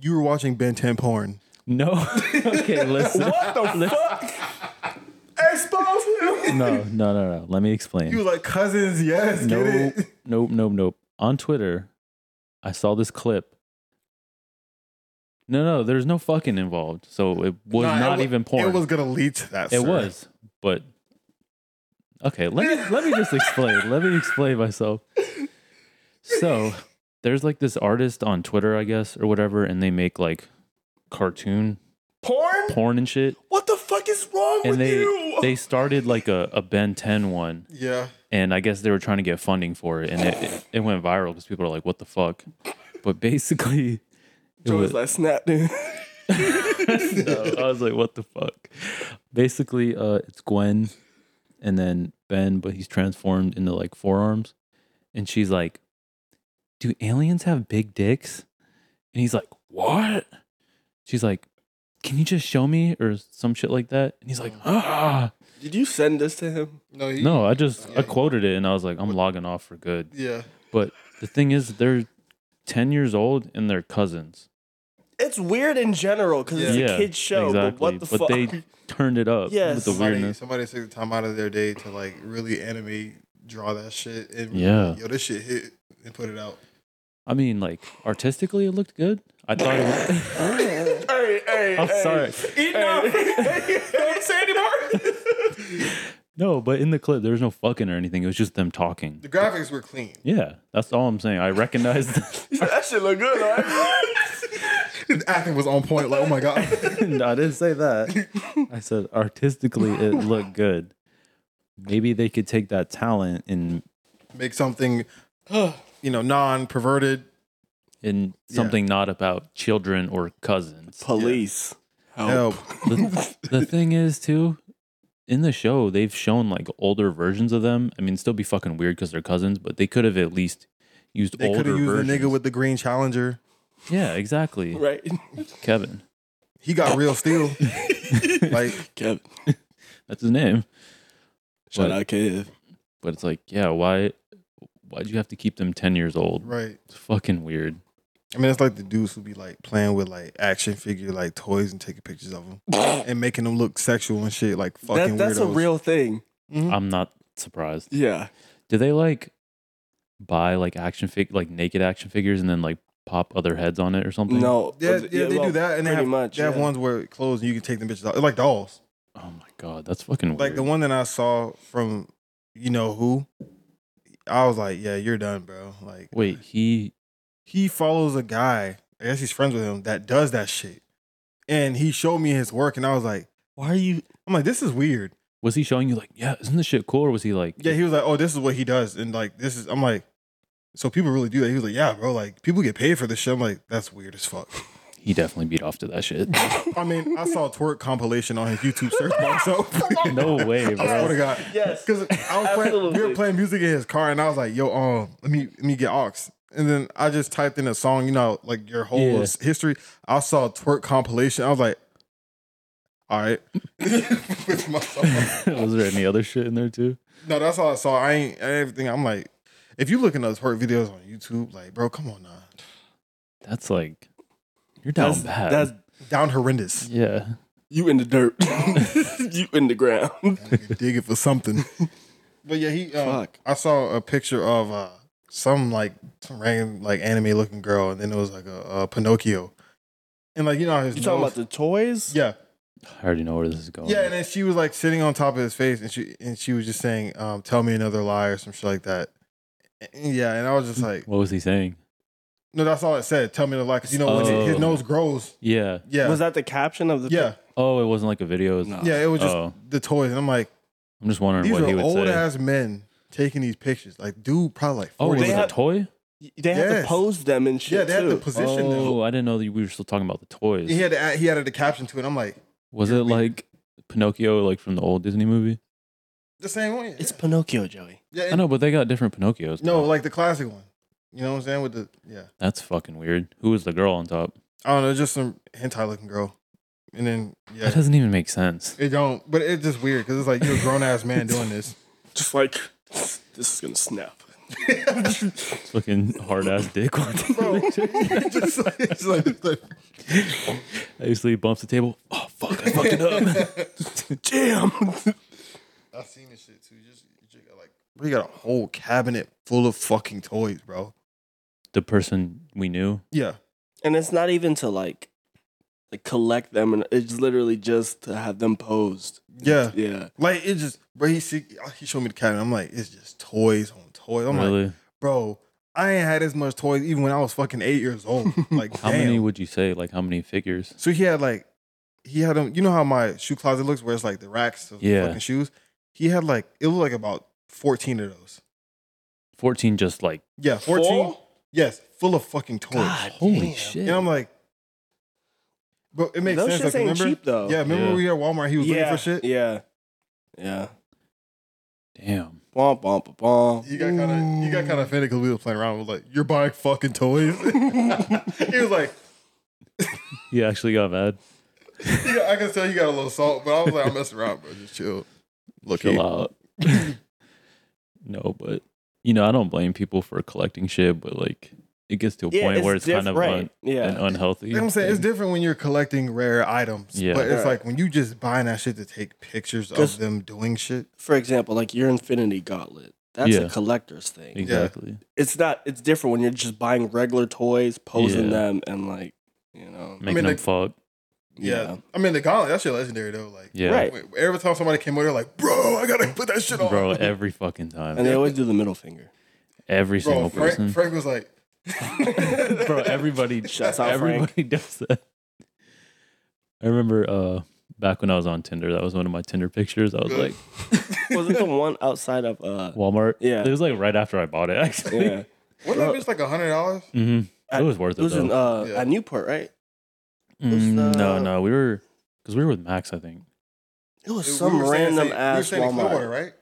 Speaker 1: You were watching Ben 10 porn.
Speaker 3: *laughs*
Speaker 2: No. okay, listen.
Speaker 3: *laughs* What the fuck?
Speaker 1: Expose him.
Speaker 2: Oh, No, no, no, no. Let me explain.
Speaker 1: *laughs* You like cousins? Yes,
Speaker 2: Nope.
Speaker 1: get it. *laughs*
Speaker 2: Nope, nope, nope. On Twitter, I saw this clip. No, no, there's no fucking involved. So it was
Speaker 1: Nah, it
Speaker 2: not
Speaker 1: wa-
Speaker 2: even porn.
Speaker 1: It was gonna lead to that.
Speaker 2: It
Speaker 1: sir.
Speaker 2: was, but okay. Let me let me just
Speaker 1: *laughs*
Speaker 2: explain. Let me explain myself. So there's like this artist on Twitter, I guess, or whatever, and they make like cartoon
Speaker 3: Porn?
Speaker 2: porn and shit.
Speaker 3: What the fuck is wrong
Speaker 2: And
Speaker 3: with
Speaker 2: they
Speaker 3: you?
Speaker 2: they started like a, a Ben 10 one,
Speaker 1: Yeah.
Speaker 2: and I guess they were trying to get funding for it, and it, it, it went viral because people are like, "What the fuck?" But basically, it
Speaker 3: Joe was
Speaker 2: was-
Speaker 3: like, snap, dude.
Speaker 2: *laughs* no, I was like, what the fuck? Basically, uh, it's Gwen and then Ben, but he's transformed into like forearms. And she's like, Do aliens have big dicks? And he's like, What? She's like, Can you just show me? Or some shit like that. And he's like, Ah.
Speaker 3: Did you send this to him?
Speaker 1: No. He,
Speaker 2: No, I just, I quoted it and I was like, I'm logging off for good.
Speaker 1: Yeah.
Speaker 2: But the thing is, they're 10 years old and they're cousins.
Speaker 3: It's weird in general because it's a kid's show, but what the fuck?
Speaker 2: they turned it up
Speaker 3: Yes.
Speaker 2: with the
Speaker 1: somebody,
Speaker 2: weirdness.
Speaker 1: Somebody took the time out of their day to like really animate, draw that shit, and
Speaker 2: Yeah.
Speaker 1: yo, this shit hit and put it out.
Speaker 2: I mean, like artistically, it looked good. I thought it. Was,
Speaker 3: *laughs* *laughs* hey,
Speaker 2: *laughs*
Speaker 3: hey,
Speaker 2: I'm
Speaker 3: hey.
Speaker 2: sorry.
Speaker 3: Enough. *laughs* Don't say anymore.
Speaker 2: No, but in the clip, there was no fucking or anything. It was just them talking.
Speaker 1: The graphics were clean. *laughs*
Speaker 2: Yeah, that's all I'm saying. I recognized.
Speaker 3: *laughs*
Speaker 2: *laughs*
Speaker 3: that shit look good, all right?
Speaker 1: The acting was on point. Like, oh
Speaker 2: *laughs*
Speaker 1: my god.
Speaker 2: no, I didn't say that.
Speaker 3: *laughs*
Speaker 2: I said artistically, it looked good. Maybe they could take that talent and
Speaker 1: Make something, *sighs* you know, non-perverted.
Speaker 2: in something not about children or
Speaker 3: *laughs*
Speaker 2: cousins.
Speaker 3: Police.
Speaker 2: Oh,
Speaker 1: Help. *laughs*
Speaker 2: the, the thing is too in the show they've shown like older versions of them i mean it'd still be fucking weird because they're cousins but they could have at least used
Speaker 1: They could
Speaker 2: older
Speaker 1: have used
Speaker 2: versions
Speaker 1: the nigga with the green challenger.
Speaker 2: yeah
Speaker 3: *laughs*
Speaker 2: exactly
Speaker 3: Right.
Speaker 2: kevin
Speaker 1: He got
Speaker 2: *laughs*
Speaker 1: real steel. like
Speaker 3: Kev.
Speaker 2: that's his name
Speaker 3: Shout
Speaker 2: What?
Speaker 3: out Kev.
Speaker 2: but it's like yeah why why'd you have to keep them 10 years old
Speaker 1: right.
Speaker 2: it's fucking weird
Speaker 1: I mean, it's like the dudes who be like playing with like action figure like toys and taking
Speaker 2: *laughs*
Speaker 1: pictures of them and making them look sexual and shit. Like fucking
Speaker 3: That, that's a
Speaker 1: weirdos.
Speaker 3: real thing.
Speaker 1: Mhm.
Speaker 2: i'm not surprised
Speaker 3: Yeah.
Speaker 2: do they like buy like action fig like naked action figures and then like pop other heads on it or something
Speaker 3: No.
Speaker 1: Yeah, yeah, they
Speaker 3: well,
Speaker 1: do that, and they
Speaker 3: E pretty
Speaker 1: have,
Speaker 3: much.
Speaker 1: they have
Speaker 3: yeah.
Speaker 1: ones where clothes and you can take them bitches out. They're like dolls.
Speaker 2: oh my god that's fucking weird
Speaker 1: Like the one that I saw from you know who, I was like, yeah, you're done, bro. Like
Speaker 2: wait he
Speaker 1: he follows a guy. I guess he's friends with him that does that shit, and he showed me his work, and I was like,
Speaker 3: Why are you?
Speaker 1: I'm like, this is weird.
Speaker 2: was he showing you like yeah isn't this shit cool or was he like
Speaker 1: Yeah, he was like, oh, this is what he does, and like this is.
Speaker 3: *laughs*
Speaker 1: I'm like, so people really do that. He was like, yeah, bro. Like people get paid for this shit. I'm like, that's weird as fuck.
Speaker 2: he definitely beat off to that shit.
Speaker 1: I mean, I saw a twerk compilation on his YouTube search
Speaker 3: *laughs*
Speaker 1: bar, so
Speaker 2: *laughs* no *laughs* way,
Speaker 1: *laughs* I swear to
Speaker 2: bro.
Speaker 1: God.
Speaker 3: *laughs* Yes.
Speaker 1: Because I was playing, we were
Speaker 3: Absolutely.
Speaker 1: playing music in his car, and I was like, "Yo, um, let me let me get aux." And then I just typed in a song, you know, like your whole
Speaker 2: Yeah.
Speaker 1: s- history. I saw a twerk compilation. I was like, "All right." *laughs* With myself.
Speaker 2: Was there any other shit in there too?
Speaker 1: no, that's all I saw. I ain't everything. I'm like, if you looking up twerk videos on YouTube, like, bro, come on now,
Speaker 2: That's like you're down bad.
Speaker 3: That's
Speaker 1: down horrendous.
Speaker 2: yeah.
Speaker 3: you in the dirt. *laughs* you in the ground.
Speaker 1: dig it for something. *laughs* But yeah, he. Um,
Speaker 3: Fuck.
Speaker 1: I saw a picture of uh, some like some random like anime looking girl, and then it was like a, a Pinocchio, and like you know how his
Speaker 3: You talking
Speaker 1: nose-
Speaker 3: about the Oh, toys?
Speaker 1: yeah
Speaker 2: I already know where this is going.
Speaker 1: yeah, and then she was like sitting on top of his face, and she and she was just saying, um, "Tell me another lie" or some shit like that. And- yeah, and I was just like,
Speaker 2: what was he saying?
Speaker 1: no, that's all it said. Tell me the lie, because you know when his, his
Speaker 2: Oh.
Speaker 1: nose grows.
Speaker 2: Yeah.
Speaker 1: Yeah,
Speaker 3: Was that the caption of the
Speaker 1: yeah,
Speaker 2: Oh, it wasn't like a video. it was-
Speaker 3: No.
Speaker 1: yeah. It was just
Speaker 2: Oh.
Speaker 1: the toys, and I'm like,
Speaker 2: I'm just wondering
Speaker 1: these
Speaker 2: what he
Speaker 1: are
Speaker 2: would
Speaker 1: old
Speaker 2: say.
Speaker 1: ass men taking these pictures. Like, dude, probably like
Speaker 2: oh, was
Speaker 1: forty.
Speaker 2: it
Speaker 3: They
Speaker 2: a
Speaker 3: have-
Speaker 2: toy?
Speaker 3: They have
Speaker 1: Yes.
Speaker 3: to pose them and shit.
Speaker 1: yeah, they had
Speaker 3: too.
Speaker 1: the position. though.
Speaker 2: Oh, I didn't know that we were still talking about the toys.
Speaker 1: He had to add, he added a caption to it. I'm like
Speaker 2: was
Speaker 1: you're
Speaker 2: it like Pinocchio, like from the old Disney movie?
Speaker 1: the same one.
Speaker 3: It's Pinocchio, Joey.
Speaker 1: yeah,
Speaker 2: I know, but they got different Pinocchios.
Speaker 1: No,
Speaker 2: bro.
Speaker 1: like the classic one. You know what I'm saying? With the yeah,
Speaker 2: that's fucking weird. Who was the girl on top?
Speaker 1: I don't know, just some hentai looking girl, and then
Speaker 2: That
Speaker 1: yeah,
Speaker 2: doesn't even make sense.
Speaker 1: it don't. But it's just weird because it's like you're a grown ass man doing this.
Speaker 3: Just like
Speaker 4: This is gonna
Speaker 1: *laughs*
Speaker 4: snap.
Speaker 2: It's fucking hard ass dick. *laughs* on the picture.
Speaker 1: Just like- *laughs* it's like- it's like-
Speaker 2: I used to bumps the table. Oh fuck, I fucked it
Speaker 1: *laughs*
Speaker 2: up.
Speaker 3: damn.
Speaker 1: I've seen this shit too. Just, just like we got a whole cabinet full of fucking toys, bro.
Speaker 2: the person we knew.
Speaker 1: Yeah,
Speaker 3: and it's not even to like, like collect them, and it's literally just to have them posed.
Speaker 1: yeah.
Speaker 3: Yeah.
Speaker 1: Like it just, bro. He see, uh, he showed me the cabinet. I'm like, it's just toys on toys. I'm like,
Speaker 2: really?
Speaker 1: bro, I ain't had as much toys even when I was fucking eight years *laughs* old. Like,
Speaker 2: how
Speaker 1: damn.
Speaker 2: many would you say? Like how many figures?
Speaker 1: So he had like, he had them. You know how my shoe closet looks, where it's like the racks of
Speaker 2: Yeah.
Speaker 1: fucking shoes. He had like it looked like about fourteen of those.
Speaker 2: Fourteen, just like
Speaker 1: Yeah, fourteen.
Speaker 3: Full?
Speaker 1: Yes, full of fucking toys.
Speaker 3: God,
Speaker 2: holy
Speaker 3: damn.
Speaker 2: shit.
Speaker 1: And I'm like, but it makes
Speaker 3: Those
Speaker 1: sense.
Speaker 3: shits
Speaker 1: Like,
Speaker 3: ain't
Speaker 1: remember?
Speaker 3: cheap though.
Speaker 1: Yeah, remember
Speaker 2: Yeah.
Speaker 1: when we were at Walmart? He was
Speaker 3: yeah.
Speaker 1: looking for shit.
Speaker 3: Yeah. Yeah.
Speaker 2: damn.
Speaker 3: Bom bom bom. bom.
Speaker 1: You got kind of you got kind of offended because we were playing around. with like, "You're buying fucking toys." *laughs* he was like,
Speaker 2: You actually got mad.
Speaker 1: "You got- "I can tell you got a little salt," but I was like, "I'm messing around, bro. Just chill." Look,
Speaker 2: Chill
Speaker 1: he- *laughs*
Speaker 2: out. *laughs* no, but you know, I don't blame people for collecting shit, but like it gets to a
Speaker 3: Yeah,
Speaker 2: point where it's kind
Speaker 3: diff-
Speaker 2: of
Speaker 3: right.
Speaker 2: un-
Speaker 3: yeah.
Speaker 2: an unhealthy.
Speaker 1: Like I'm saying it's
Speaker 2: thing.
Speaker 1: different when you're collecting rare items.
Speaker 2: Yeah.
Speaker 1: But it's
Speaker 3: Right.
Speaker 1: like when you just buying that shit to take pictures of
Speaker 3: Just-
Speaker 1: them doing shit.
Speaker 3: For example, like your Infinity Gauntlet. That's
Speaker 2: Yeah.
Speaker 3: a collector's thing.
Speaker 2: Exactly.
Speaker 3: it's not it's different when you're just buying regular toys posing
Speaker 2: Yeah.
Speaker 3: them and like you know
Speaker 2: Making
Speaker 1: mean,
Speaker 2: them
Speaker 1: the-
Speaker 2: fuck.
Speaker 1: Yeah.
Speaker 3: Yeah.
Speaker 1: I mean the gauntlet, that shit legendary though. Like
Speaker 2: Yeah.
Speaker 3: Right.
Speaker 1: wait, every time somebody came over, they're like, bro, I gotta put that shit on.
Speaker 2: Bro, every fucking
Speaker 3: and
Speaker 2: time.
Speaker 3: they always do the middle finger
Speaker 2: Every
Speaker 1: Bro,
Speaker 2: single person.
Speaker 1: Frank, Frank was like, *laughs*
Speaker 3: *laughs*
Speaker 2: bro everybody
Speaker 3: Shouts out, Frank.
Speaker 2: everybody *laughs* does that i remember uh back when i was on tinder that was one of my tinder pictures i was like
Speaker 3: was it the one outside of
Speaker 2: *laughs*
Speaker 3: uh
Speaker 2: walmart
Speaker 3: Yeah.
Speaker 2: it was like right after i bought it *laughs* actually
Speaker 3: yeah
Speaker 1: What that bitch like a hundred dollars?
Speaker 2: hmm
Speaker 3: I-
Speaker 2: it was worth
Speaker 3: it
Speaker 2: it,
Speaker 3: was in
Speaker 2: though
Speaker 3: uh
Speaker 1: Yeah.
Speaker 3: at Newport right was,
Speaker 2: Mm, no
Speaker 3: uh,
Speaker 2: no we were because we were with max i think
Speaker 3: it was some random
Speaker 1: We were
Speaker 3: ass
Speaker 1: staying in
Speaker 3: Walmart
Speaker 1: Clearwater, right?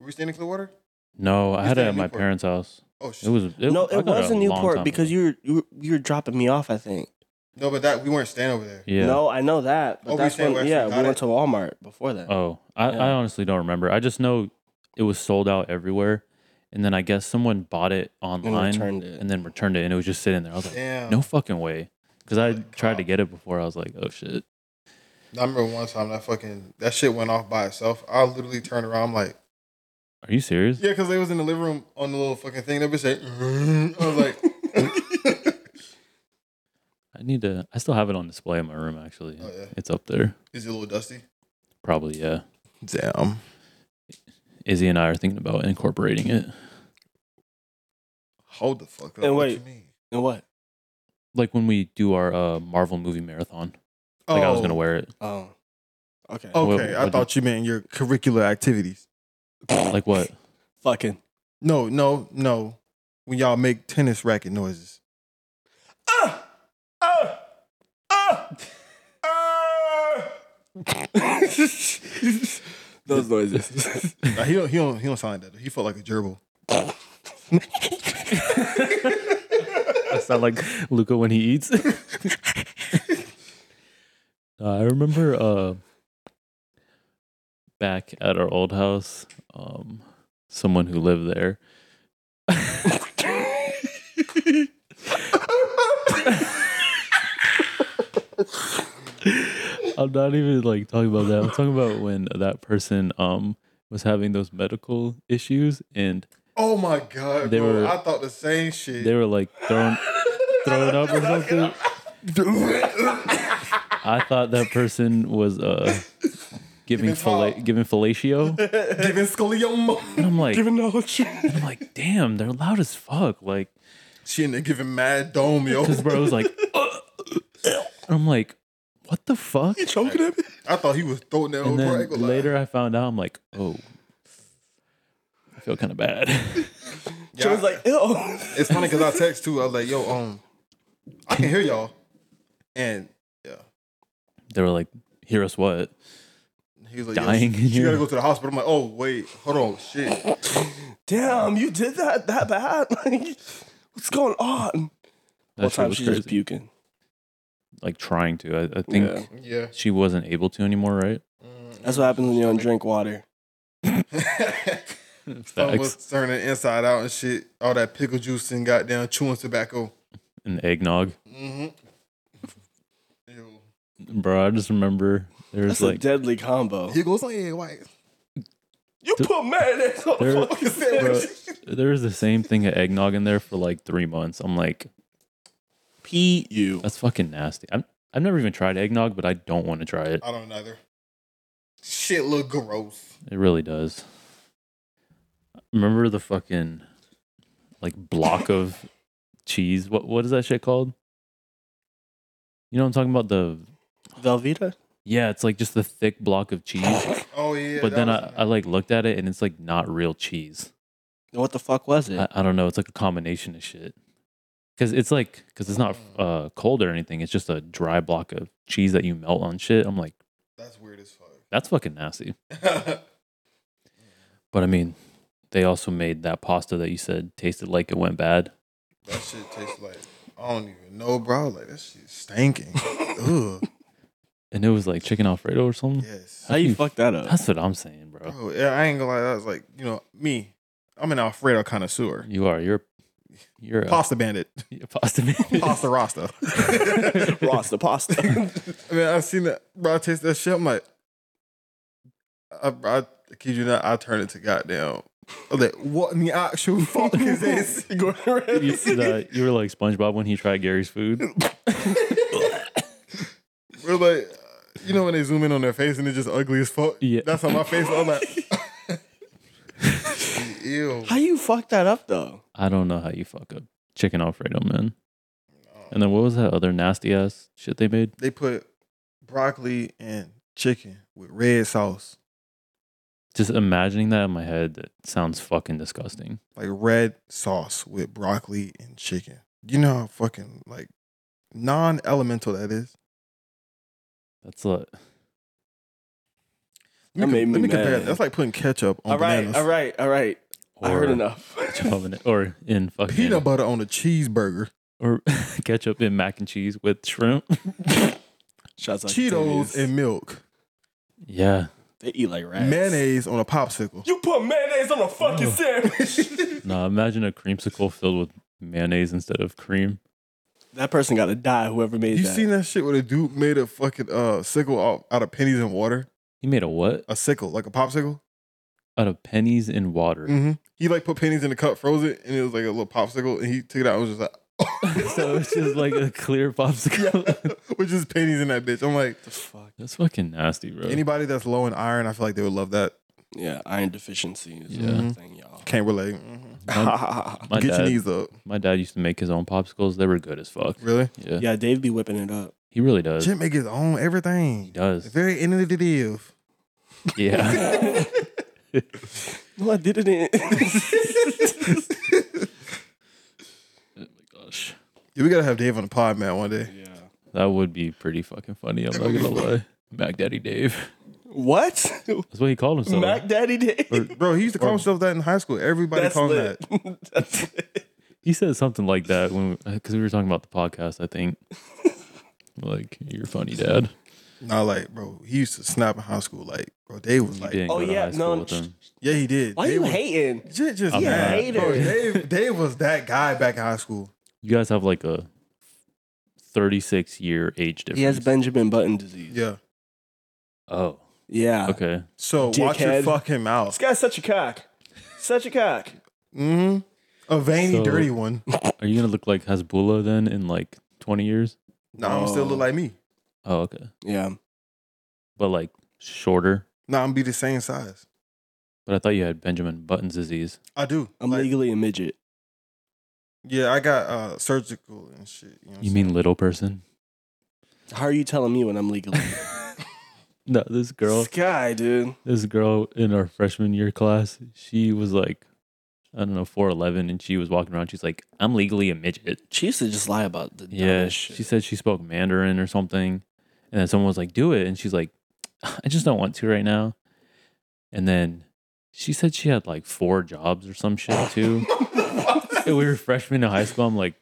Speaker 1: Were we staying in Clearwater?
Speaker 2: no i
Speaker 1: You
Speaker 2: had it
Speaker 1: stayed
Speaker 2: at
Speaker 1: in
Speaker 2: my
Speaker 1: Newport.
Speaker 2: parents house
Speaker 1: Oh shit.
Speaker 2: it was it,
Speaker 3: no
Speaker 2: I
Speaker 3: it
Speaker 2: got
Speaker 3: was
Speaker 2: a
Speaker 3: in
Speaker 2: long
Speaker 3: Newport
Speaker 2: time
Speaker 3: because
Speaker 2: ago.
Speaker 3: you were, you were you were dropping me off I think
Speaker 1: no, but that we weren't staying over there.
Speaker 2: yeah
Speaker 3: no I know that but
Speaker 1: Oh, we
Speaker 3: that's
Speaker 1: said we
Speaker 3: when
Speaker 1: actually
Speaker 3: yeah we
Speaker 1: got
Speaker 3: went
Speaker 1: it.
Speaker 3: to Walmart before that
Speaker 2: oh I,
Speaker 3: Yeah.
Speaker 2: I honestly don't remember i just know it was sold out everywhere and then i guess someone bought it
Speaker 3: and
Speaker 2: online
Speaker 3: returned it
Speaker 2: and then returned it and it was just sitting there i was like
Speaker 1: Damn.
Speaker 2: No fucking way. Because I
Speaker 1: Good
Speaker 2: tried to
Speaker 1: cop.
Speaker 2: get it before. I was like, oh shit.
Speaker 1: I remember one time that fucking that shit went off by itself. I literally turned around, I'm like,
Speaker 2: Are you serious?
Speaker 1: Yeah, because they was in the living room on the little fucking thing. That bitch said, "Mm." I was like,
Speaker 2: I need to. I still have it on display in my room, actually.
Speaker 1: Oh, yeah.
Speaker 2: It's up there.
Speaker 1: *laughs* is it a little dusty?
Speaker 2: Probably, yeah.
Speaker 1: Damn.
Speaker 2: Izzy and I are thinking about incorporating it.
Speaker 1: Hold the fuck up.
Speaker 3: And
Speaker 1: what
Speaker 3: wait.
Speaker 1: you mean?
Speaker 3: *laughs* and what
Speaker 2: Like when we do our uh, Marvel movie marathon. Like I was going to wear it.
Speaker 3: oh okay
Speaker 1: Okay,
Speaker 2: What-
Speaker 1: I
Speaker 2: what
Speaker 1: thought you meant your curricular activities.
Speaker 2: Like what?
Speaker 3: fucking
Speaker 1: No, no, no. When y'all make tennis racket noises.
Speaker 3: ah ah Those noises.
Speaker 1: Nah, he don't he don't he don't sound like that. He felt like a gerbil.
Speaker 2: I sound like Luca when he *laughs* eats. Uh, I remember uh, back at our old house, um, someone who lived there. I'm not even like talking about that. I'm talking about when that person um was having those medical issues and
Speaker 1: Oh my god,
Speaker 2: They
Speaker 1: bro!
Speaker 2: were-
Speaker 1: I thought the same shit.
Speaker 2: they were like thrown throwing up or something. I thought that person was uh giving
Speaker 1: Giving
Speaker 2: fella-
Speaker 1: pop.
Speaker 2: giving fellatio. And
Speaker 1: giving scolioma.
Speaker 2: I'm like
Speaker 3: *laughs* Even knowledge.
Speaker 2: I'm like, damn, they're loud as fuck. Like
Speaker 1: She in there giving mad dome,
Speaker 2: *laughs*
Speaker 1: yo.
Speaker 2: this bro was like I'm like, what the fuck?
Speaker 3: *laughs* Choking at me.
Speaker 1: I thought he was throwing that
Speaker 2: And
Speaker 1: over. I
Speaker 2: then
Speaker 1: ain't gonna lie.
Speaker 2: later I found out I'm like, oh I feel kinda bad. *laughs*
Speaker 1: Yeah,
Speaker 3: Joe's like, ew.
Speaker 1: it's funny because I text too. I was like, yo, um, I can hear y'all, and yeah,
Speaker 2: they were like, hear us what?
Speaker 1: he was like,
Speaker 2: Dying
Speaker 1: Yo,
Speaker 2: in
Speaker 1: she, she gotta
Speaker 2: here.
Speaker 1: go to the hospital. I'm like, oh wait, hold on, shit.
Speaker 3: Damn, you did that that bad? *laughs* Like, what's going on?
Speaker 2: That
Speaker 3: All
Speaker 2: shit
Speaker 3: time
Speaker 2: was
Speaker 3: she
Speaker 2: crazy.
Speaker 3: just puking.
Speaker 2: like trying to. I, I think
Speaker 3: Yeah.
Speaker 1: *laughs* Yeah.
Speaker 2: she wasn't able to anymore, right?
Speaker 3: That's what happens when you don't drink water. Hmm.
Speaker 1: Some
Speaker 2: Facts.
Speaker 1: was turning inside out and shit. All that pickle juice and goddamn chewing tobacco.
Speaker 2: An eggnog.
Speaker 1: Mm-hmm. Ew.
Speaker 2: Bro, I just remember there was
Speaker 3: That's a
Speaker 2: like
Speaker 3: deadly combo.
Speaker 1: Here goes some egg whites.
Speaker 3: You put mayonnaise on
Speaker 2: There-
Speaker 3: the fucking
Speaker 2: bro,
Speaker 3: sandwich.
Speaker 2: there was the same thing of eggnog in there for like three months. I'm like,
Speaker 3: *laughs* Pee you.
Speaker 2: that's fucking nasty. I'm, I've never even tried eggnog, but I don't want to try it.
Speaker 1: I don't know either. Shit look gross.
Speaker 2: It really does. Remember the fucking like block of cheese? What what is that shit called? You know what I'm talking about? The
Speaker 3: Velveeta?
Speaker 2: yeah, it's like just the thick block of cheese.
Speaker 1: Oh *laughs* yeah.
Speaker 2: but
Speaker 1: that
Speaker 2: then
Speaker 1: was-
Speaker 2: I, I like looked at it and it's like not real cheese.
Speaker 3: What the fuck was it?
Speaker 2: I, I don't know. It's like a combination of shit. Cause it's like, cause it's not uh, cold or anything. It's just a dry block of cheese that you melt on shit. I'm like,
Speaker 1: that's weird as *laughs*
Speaker 2: that's fucking nasty.
Speaker 1: fuck.
Speaker 2: But I mean, they also made that pasta that you said tasted like it went bad.
Speaker 1: That shit tastes like I don't even know, bro. I was Like that shit *laughs* stinking. Ugh.
Speaker 2: And it was like chicken Alfredo or something.
Speaker 1: Yes.
Speaker 2: *laughs*
Speaker 3: How you fuck that up?
Speaker 2: That's what I'm saying, bro.
Speaker 1: Bro, Oh, yeah, I ain't gonna lie. That was like you know me. I'm an Alfredo connoisseur.
Speaker 2: You are. You're, you're a
Speaker 1: Pasta *laughs* bandit.
Speaker 2: you're a pasta man.
Speaker 1: Pasta Rasta.
Speaker 3: Rasta pasta.
Speaker 1: I mean, I seen that. Bro, I taste that shit. I'm like, I, I, I kid you not. I turn it to goddamn. I'm like, what in the actual fuck is this?
Speaker 3: Going around.
Speaker 2: *laughs* you, see that? you were like SpongeBob when he tried Gary's food.
Speaker 1: We're like, you know when they zoom in on their face and it's just ugly as fuck.
Speaker 2: Yeah.
Speaker 1: That's how my face. I'm *laughs*
Speaker 3: *laughs*
Speaker 1: like, ew.
Speaker 3: How you fuck that up though?
Speaker 2: I don't know how you fuck up chicken Alfredo, man. And then what was that other nasty ass shit they made?
Speaker 1: They put broccoli and chicken with red sauce,
Speaker 2: Just imagining that in my head, that sounds fucking disgusting.
Speaker 1: like red sauce with broccoli and chicken. You know how fucking like non-elemental that is.
Speaker 2: That's a
Speaker 1: Let
Speaker 3: That made
Speaker 1: me, com-
Speaker 3: me
Speaker 1: let me compare.
Speaker 3: mad.
Speaker 1: that. That's like putting ketchup on
Speaker 3: All right,
Speaker 1: bananas.
Speaker 3: all right, all right. I heard *laughs*
Speaker 2: or-
Speaker 3: enough.
Speaker 2: *laughs* covenant- or in fucking
Speaker 1: Peanut butter on a cheeseburger.
Speaker 2: or ketchup in mac and cheese with shrimp. *laughs*
Speaker 3: Shots out to
Speaker 1: Cheetos
Speaker 3: Timmy's.
Speaker 1: and milk.
Speaker 2: Yeah,
Speaker 3: they eat like rats.
Speaker 1: Mayonnaise on a popsicle.
Speaker 3: You put mayonnaise on a fucking
Speaker 1: *laughs*
Speaker 3: sandwich.
Speaker 2: no, imagine a creamsicle filled with mayonnaise instead of cream.
Speaker 3: that person got to die. Whoever made
Speaker 1: You
Speaker 3: that.
Speaker 1: seen that shit where the dude made a fucking uh, sickle out, out of pennies and water?
Speaker 2: He made a what
Speaker 1: A sickle, like a popsicle?
Speaker 2: out of pennies in water.
Speaker 3: Mm.
Speaker 1: Mm-hmm. He like put pennies in the cup, froze it, and it was like a little popsicle, and he took it out and was just like,
Speaker 2: *laughs*
Speaker 1: *laughs*
Speaker 2: so it's just like a clear popsicle.
Speaker 1: with just pennies in that bitch. I'm like,
Speaker 3: the fuck?
Speaker 2: *laughs* That's fucking nasty, bro.
Speaker 1: anybody that's low in iron, I feel like they would love that.
Speaker 3: Yeah, iron deficiency is
Speaker 2: Yeah.
Speaker 3: yeah. thing,
Speaker 1: *laughs*
Speaker 3: y'all.
Speaker 1: Can't relate. Mhm.
Speaker 2: my, my
Speaker 1: Get your
Speaker 2: dad,
Speaker 1: knees up.
Speaker 2: my dad used to make his own popsicles. They were good as fuck.
Speaker 1: Really?
Speaker 2: Yeah,
Speaker 3: *laughs* yeah, Dave be whipping it up.
Speaker 2: he really does.
Speaker 1: Shit make his own
Speaker 2: He
Speaker 1: everything.
Speaker 2: does.
Speaker 1: Very innovative.
Speaker 2: Yeah.
Speaker 3: *laughs* No, I did it in.
Speaker 2: Gosh.
Speaker 1: Yeah, we gotta have Dave on the pod, man, one day.
Speaker 3: yeah. *laughs*
Speaker 2: That would be pretty fucking funny. I'm not gonna lie. Mac Daddy Dave.
Speaker 3: *laughs* What?
Speaker 2: That's what he called himself.
Speaker 3: Mac Daddy Dave.
Speaker 1: Bro, he used to call himself that in high school.
Speaker 3: *laughs*
Speaker 1: Everybody called him that.
Speaker 3: That's lit.
Speaker 2: he said something like that when because we were talking about the podcast. I
Speaker 3: *laughs*
Speaker 2: think like you're funny, Dad.
Speaker 1: Nah, like, bro, he used to snap in high school. Like, bro, Dave was
Speaker 2: He
Speaker 1: like,
Speaker 2: didn't
Speaker 3: Oh,
Speaker 2: go to
Speaker 3: yeah,
Speaker 2: high school
Speaker 3: no,
Speaker 2: with him.
Speaker 1: yeah, he did.
Speaker 3: Why
Speaker 1: Dave
Speaker 3: you
Speaker 1: was-
Speaker 3: hating?
Speaker 1: Ju- Just,
Speaker 2: I'm
Speaker 1: mad.
Speaker 2: a
Speaker 1: Bro,
Speaker 3: hater.
Speaker 1: Dave, Dave was that guy back in high school.
Speaker 2: You guys have like a 36 year age difference.
Speaker 3: He has Benjamin Button disease.
Speaker 1: Yeah.
Speaker 2: Oh,
Speaker 3: Yeah.
Speaker 2: okay.
Speaker 1: So watch your
Speaker 3: Dickhead.
Speaker 1: fucking
Speaker 3: This
Speaker 1: mouth.
Speaker 3: guy's such a cock. Such a cock.
Speaker 1: hmm A veiny,
Speaker 2: So-
Speaker 1: dirty one.
Speaker 2: Are you gonna look like Hasbullah then in like 20 years?
Speaker 1: No, I'm still look like me.
Speaker 2: Oh, okay.
Speaker 3: Yeah.
Speaker 2: But like shorter.
Speaker 1: No, I'm be the same size.
Speaker 2: But I thought you had Benjamin Button's disease.
Speaker 1: I do.
Speaker 3: I'm
Speaker 1: Like,
Speaker 3: legally a midget.
Speaker 1: yeah, I got uh, surgical and shit. You, know what I'm
Speaker 2: You mean little
Speaker 3: *laughs*
Speaker 2: person? *laughs*
Speaker 3: How are you telling me when I'm *laughs* legally?
Speaker 2: No, this girl,
Speaker 3: This guy, dude.
Speaker 2: this girl in our freshman year class, she was like, I don't know, 4'11, and she was walking around. She's like, I'm legally a midget.
Speaker 3: She used to just lie about the
Speaker 2: Yeah,
Speaker 3: dumbest
Speaker 2: she said she spoke Mandarin or something, and then someone was like, "Do it," and she's like, "I just don't want to right now." And then she said she had like four jobs or some
Speaker 1: *laughs*
Speaker 2: shit too. and we were freshmen in high school. I'm like,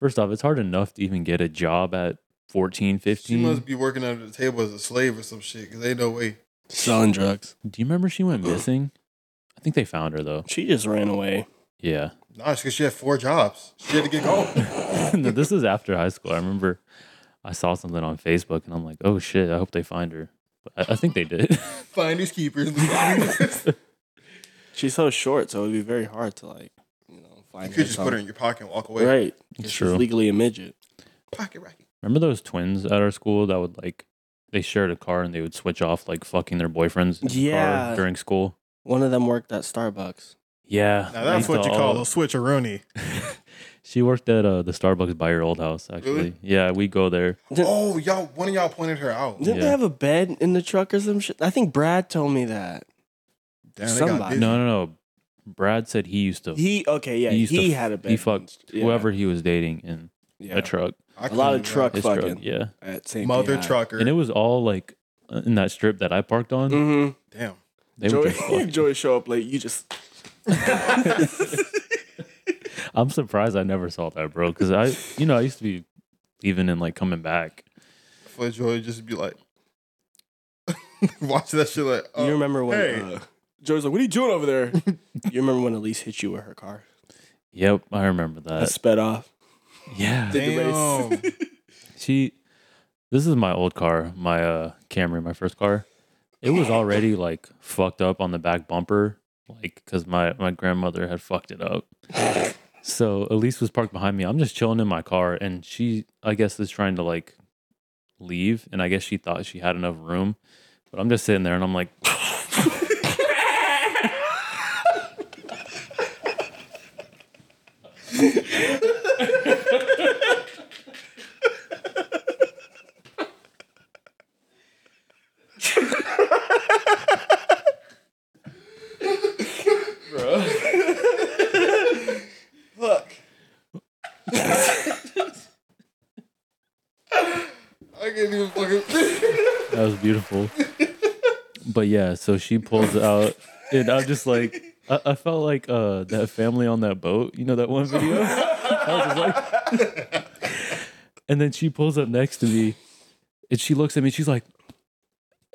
Speaker 2: first off, it's hard enough to even get a job at 14,
Speaker 1: She
Speaker 2: 15.
Speaker 1: must be working under the table as a slave or some shit because ain't no way.
Speaker 3: selling drugs.
Speaker 2: Do you remember she
Speaker 1: *clears throat*
Speaker 2: went missing? I think they found her though.
Speaker 3: She just ran away.
Speaker 2: Yeah.
Speaker 1: Nah, because she had four jobs. She had to get going.
Speaker 2: *laughs*
Speaker 1: *laughs*
Speaker 2: No, this is after high school. I remember I saw something on Facebook and I'm like, oh shit, I hope they find her. But I, I think they did. *laughs*
Speaker 1: Find his *laughs* keepers.
Speaker 3: She's so short, so it'd be very hard to like, you know,
Speaker 1: you
Speaker 3: find
Speaker 1: could just put her
Speaker 3: something.
Speaker 1: in your pocket and walk away.
Speaker 3: right.
Speaker 2: It's
Speaker 3: She's
Speaker 2: true.
Speaker 3: legally a midget.
Speaker 1: Pocket rocket.
Speaker 2: Remember those twins at our school that would like they shared a car and they would switch off like fucking their boyfriends in the car
Speaker 3: Yeah.
Speaker 2: during school.
Speaker 3: One of them worked at Starbucks.
Speaker 2: Yeah.
Speaker 1: Now
Speaker 2: I
Speaker 1: that's what you
Speaker 2: used to
Speaker 1: call
Speaker 2: all-
Speaker 1: a switcheroonie.
Speaker 2: She worked at uh, the Starbucks by your old house actually.
Speaker 1: Really?
Speaker 2: Yeah, we go there.
Speaker 3: Didn't-
Speaker 1: Oh, y'all, one of y'all pointed her out.
Speaker 3: Didn't they
Speaker 2: Yeah.
Speaker 3: have a bed in the truck or some shit? I think Brad told me that.
Speaker 1: Damn, they got
Speaker 3: Somebody.
Speaker 1: busy.
Speaker 2: No, no, no. Brad said he used to
Speaker 3: He okay, yeah,
Speaker 2: He
Speaker 3: he,
Speaker 2: used to-
Speaker 3: had a bed.
Speaker 2: he fucked
Speaker 3: Yeah,
Speaker 2: whoever he was dating in
Speaker 3: yeah.
Speaker 2: a truck.
Speaker 1: I
Speaker 3: A lot
Speaker 1: couldn't
Speaker 3: of
Speaker 1: do that.
Speaker 3: truck
Speaker 2: His truck.
Speaker 3: fucking
Speaker 2: Yeah.
Speaker 3: at St.
Speaker 1: Mother
Speaker 3: P.I.
Speaker 1: trucker.
Speaker 2: And it was all like in that strip that I parked on.
Speaker 3: Mhm.
Speaker 1: Damn.
Speaker 2: They were just
Speaker 3: Joy, *laughs*
Speaker 2: fucking-
Speaker 3: Joy show up late. You
Speaker 2: *laughs*
Speaker 3: just
Speaker 2: I'm surprised I never saw that, bro. Because I, you know, I used to be leaving and like coming back.
Speaker 1: For Joy, just be like, *laughs* watch that shit like, oh,
Speaker 3: you remember when
Speaker 1: hey.
Speaker 3: uh, Joy's like, "What are you doing over there?" *laughs* you remember when Elise hit you with her car?
Speaker 2: Yep, I remember
Speaker 3: I
Speaker 2: that.
Speaker 3: sped off.
Speaker 2: Yeah,
Speaker 3: did the race.
Speaker 1: Damn.
Speaker 2: She, this is my old car, my uh Camry, my first car. It was already like fucked up on the back bumper, like because my my grandmother had fucked it up. so Elise was parked behind me. I'm just chilling in my car, and she, I guess, is trying to like leave, and I guess she thought she had enough room, but I'm just sitting there, and I'm like,
Speaker 1: Look. I can't even fucking. *laughs*
Speaker 2: that was beautiful. but yeah, so she pulls out, and I'm just like, I, I felt like uh that family on that boat. You know that one video? *laughs* I was just like, and then she pulls up next to me, and she looks at me. She's like,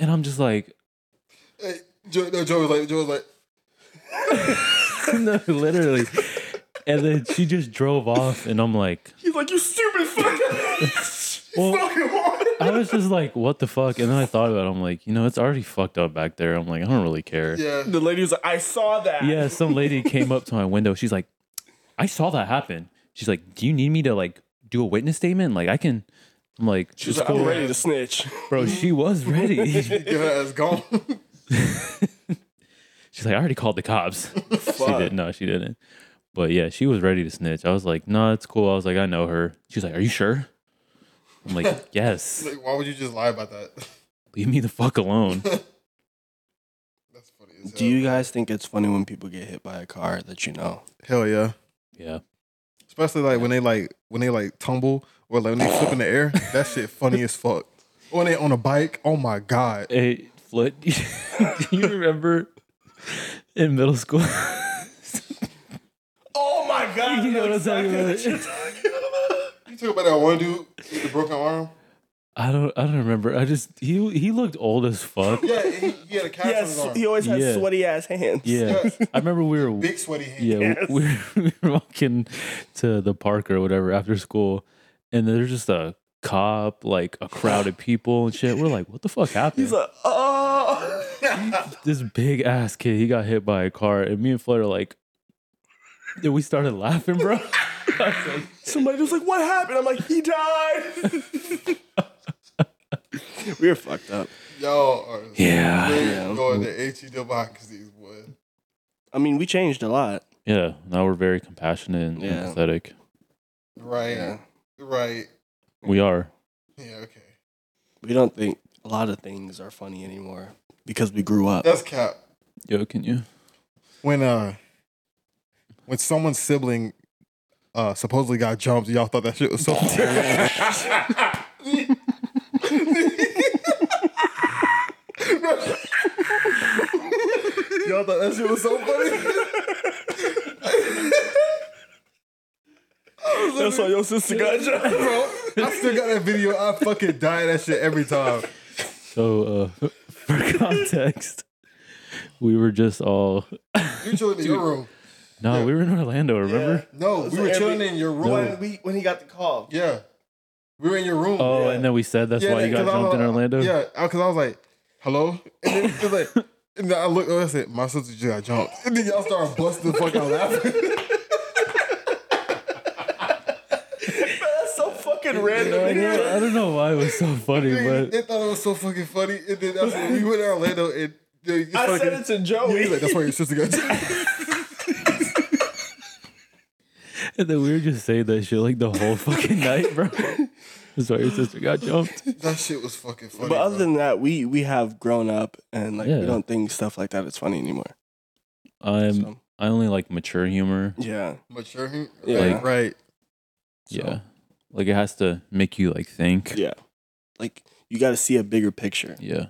Speaker 2: and I'm just like, *laughs*
Speaker 1: hey, Joy, no, Joy was like, Joy was like,
Speaker 2: no, literally. And then she just drove off, and I'm like,
Speaker 3: *laughs* He's like, "You stupid fucking." *laughs*
Speaker 2: well, I was just like, what the fuck? And then I thought about it. I'm like, you know, it's already fucked up back there. I'm like, I don't really care.
Speaker 1: yeah.
Speaker 3: the lady was like, "I saw that."
Speaker 2: yeah, some lady came up to my window. She's like, I saw that happen. She's like, Do you need me to like do a witness statement? Like, I can. I'm like,
Speaker 3: she's
Speaker 2: "It's
Speaker 3: like,
Speaker 2: cool."
Speaker 3: "I'm ready to *laughs* snitch."
Speaker 2: bro. She was
Speaker 3: *laughs*
Speaker 2: ready. she's
Speaker 1: Get her ass gone. *laughs*
Speaker 2: like, I already called the cops. *laughs* she
Speaker 3: Fuck.
Speaker 2: didn't. No, she didn't. But yeah, she was ready to snitch. I was like, No, it's cool. I was like, I know her. She's like, Are you sure?
Speaker 3: *laughs*
Speaker 2: I'm like, Yes.
Speaker 1: like, why would you just lie about that? *laughs*
Speaker 2: Leave me the fuck alone.
Speaker 1: That's funny. As hell.
Speaker 3: Do you guys think it's funny when people get hit by a car that you know?
Speaker 1: Hell yeah.
Speaker 2: Yeah.
Speaker 1: Especially like *laughs* when they like when they like tumble or like when they flip in the air. That shit funny as fuck. on it on a bike. Oh my god!
Speaker 2: Hey, Flit, *laughs* do you remember in middle school? *laughs*
Speaker 3: Oh my god!
Speaker 2: *laughs* You know what I'm talking
Speaker 3: exactly
Speaker 2: about.
Speaker 3: what you're talking about.
Speaker 1: You talk about that one dude with the broken arm.
Speaker 2: I don't. I don't remember. I just he he looked old as fuck.
Speaker 1: Yeah, he, he had a cast
Speaker 3: Yes, he always has
Speaker 2: Yeah.
Speaker 3: sweaty ass hands.
Speaker 2: Yeah, *laughs* I remember we were
Speaker 1: sweaty hand.
Speaker 2: yeah
Speaker 3: Yes.
Speaker 2: we, we were *laughs* walking to the park or whatever after school, and there's just a cop like a crowd of people and shit. We're like, what the fuck happened?
Speaker 3: *laughs* He's like, oh. *laughs*
Speaker 2: this big ass kid, he got hit by a car, and me and Flirt are like, dude, we started
Speaker 3: *laughs*
Speaker 2: laughing, bro.
Speaker 3: Somebody was like, what happened? I'm like, he died. *laughs* we were fucked up.
Speaker 1: *laughs* Y'all are
Speaker 2: yeah,
Speaker 3: Yeah.
Speaker 1: going to HE democracies, boy.
Speaker 3: I mean, we changed a lot.
Speaker 2: yeah. Now we're very compassionate and
Speaker 3: Yeah.
Speaker 2: empathetic.
Speaker 1: Right, right.
Speaker 2: We are.
Speaker 1: Yeah, okay.
Speaker 3: We don't think a lot of things are funny anymore because we grew up.
Speaker 1: That's cap.
Speaker 2: Yo, can you?
Speaker 1: When uh, when someone's sibling uh supposedly got jumped, y'all thought that shit was so. y'all thought that shit was so funny.
Speaker 3: That's why your sister got jumped.
Speaker 1: Bro, I still got that video. I fucking die at that shit every time.
Speaker 2: So, uh, *laughs* for context, we were just all
Speaker 1: You chilling in your room?
Speaker 2: no, we were
Speaker 3: *laughs*
Speaker 2: in Orlando. Remember?
Speaker 1: No, we were
Speaker 3: every-
Speaker 1: chilling in your room.
Speaker 2: No.
Speaker 3: We, *laughs* when he got the call.
Speaker 1: Yeah, we were in your room.
Speaker 2: Oh, and then we said that's why you got
Speaker 1: 'cause I
Speaker 2: jumped
Speaker 1: was-
Speaker 2: in Orlando.
Speaker 1: Yeah, because I was like, "Hello," *laughs* and then it was like, and then I looked over and I said, "My sister just got jumped." And then y'all started busting the fuck out laughing.
Speaker 3: That's so fucking random.
Speaker 2: *laughs* I don't, I don't know why it was
Speaker 1: *laughs*
Speaker 2: so funny, but
Speaker 1: *laughs* they thought it was so fucking funny. And then that's when we went to Orlando and. I
Speaker 3: I said it to Joey.
Speaker 1: He's like, that's why your sister
Speaker 3: *laughs*
Speaker 1: got jumped.
Speaker 2: *laughs* and then we were just saying that shit like the whole fucking night,
Speaker 1: *laughs*
Speaker 2: bro. That's why your sister got jumped.
Speaker 1: that shit was fucking funny.
Speaker 3: But other
Speaker 1: bro.
Speaker 3: than that, we we have grown up and like
Speaker 2: Yeah. Um,
Speaker 3: we don't think stuff like that is funny anymore.
Speaker 2: I'm
Speaker 3: So,
Speaker 2: I only like mature humor.
Speaker 3: yeah,
Speaker 1: mature, hum-
Speaker 3: Yeah.
Speaker 1: right, right.
Speaker 2: Yeah. Like it has to make you like think.
Speaker 3: yeah. Like you got to see a bigger picture.
Speaker 2: Yeah.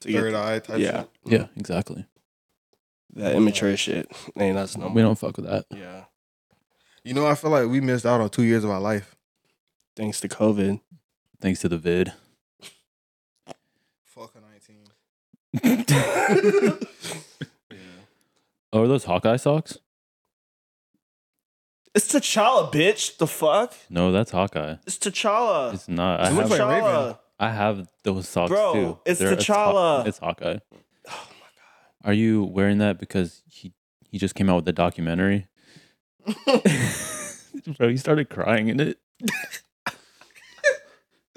Speaker 3: To get
Speaker 1: Third eye type
Speaker 3: yeah,
Speaker 1: shit.
Speaker 2: Yeah, exactly.
Speaker 3: that immature shit ain't us no
Speaker 2: We
Speaker 3: more.
Speaker 2: don't fuck with that.
Speaker 3: Yeah,
Speaker 1: You know, I feel like we missed out on two years of our life.
Speaker 3: thanks to *laughs* COVID.
Speaker 2: Thanks to the vid.
Speaker 1: Fucking 19.
Speaker 2: Oh, are those Hawkeye socks?
Speaker 3: It's T'Challa, bitch. The fuck?
Speaker 2: No, that's Hawkeye.
Speaker 3: It's T'Challa.
Speaker 2: It's not. I
Speaker 1: It looks
Speaker 2: have,
Speaker 1: like Raven.
Speaker 2: I have those socks
Speaker 3: Bro,
Speaker 2: too.
Speaker 3: it's
Speaker 2: it's
Speaker 3: T'Challa.
Speaker 2: Haw- It's, Hawkeye. Oh my god. Are you wearing that because he he just came out with
Speaker 3: *laughs*
Speaker 2: the documentary? Bro, he started crying
Speaker 3: *laughs*
Speaker 2: in it.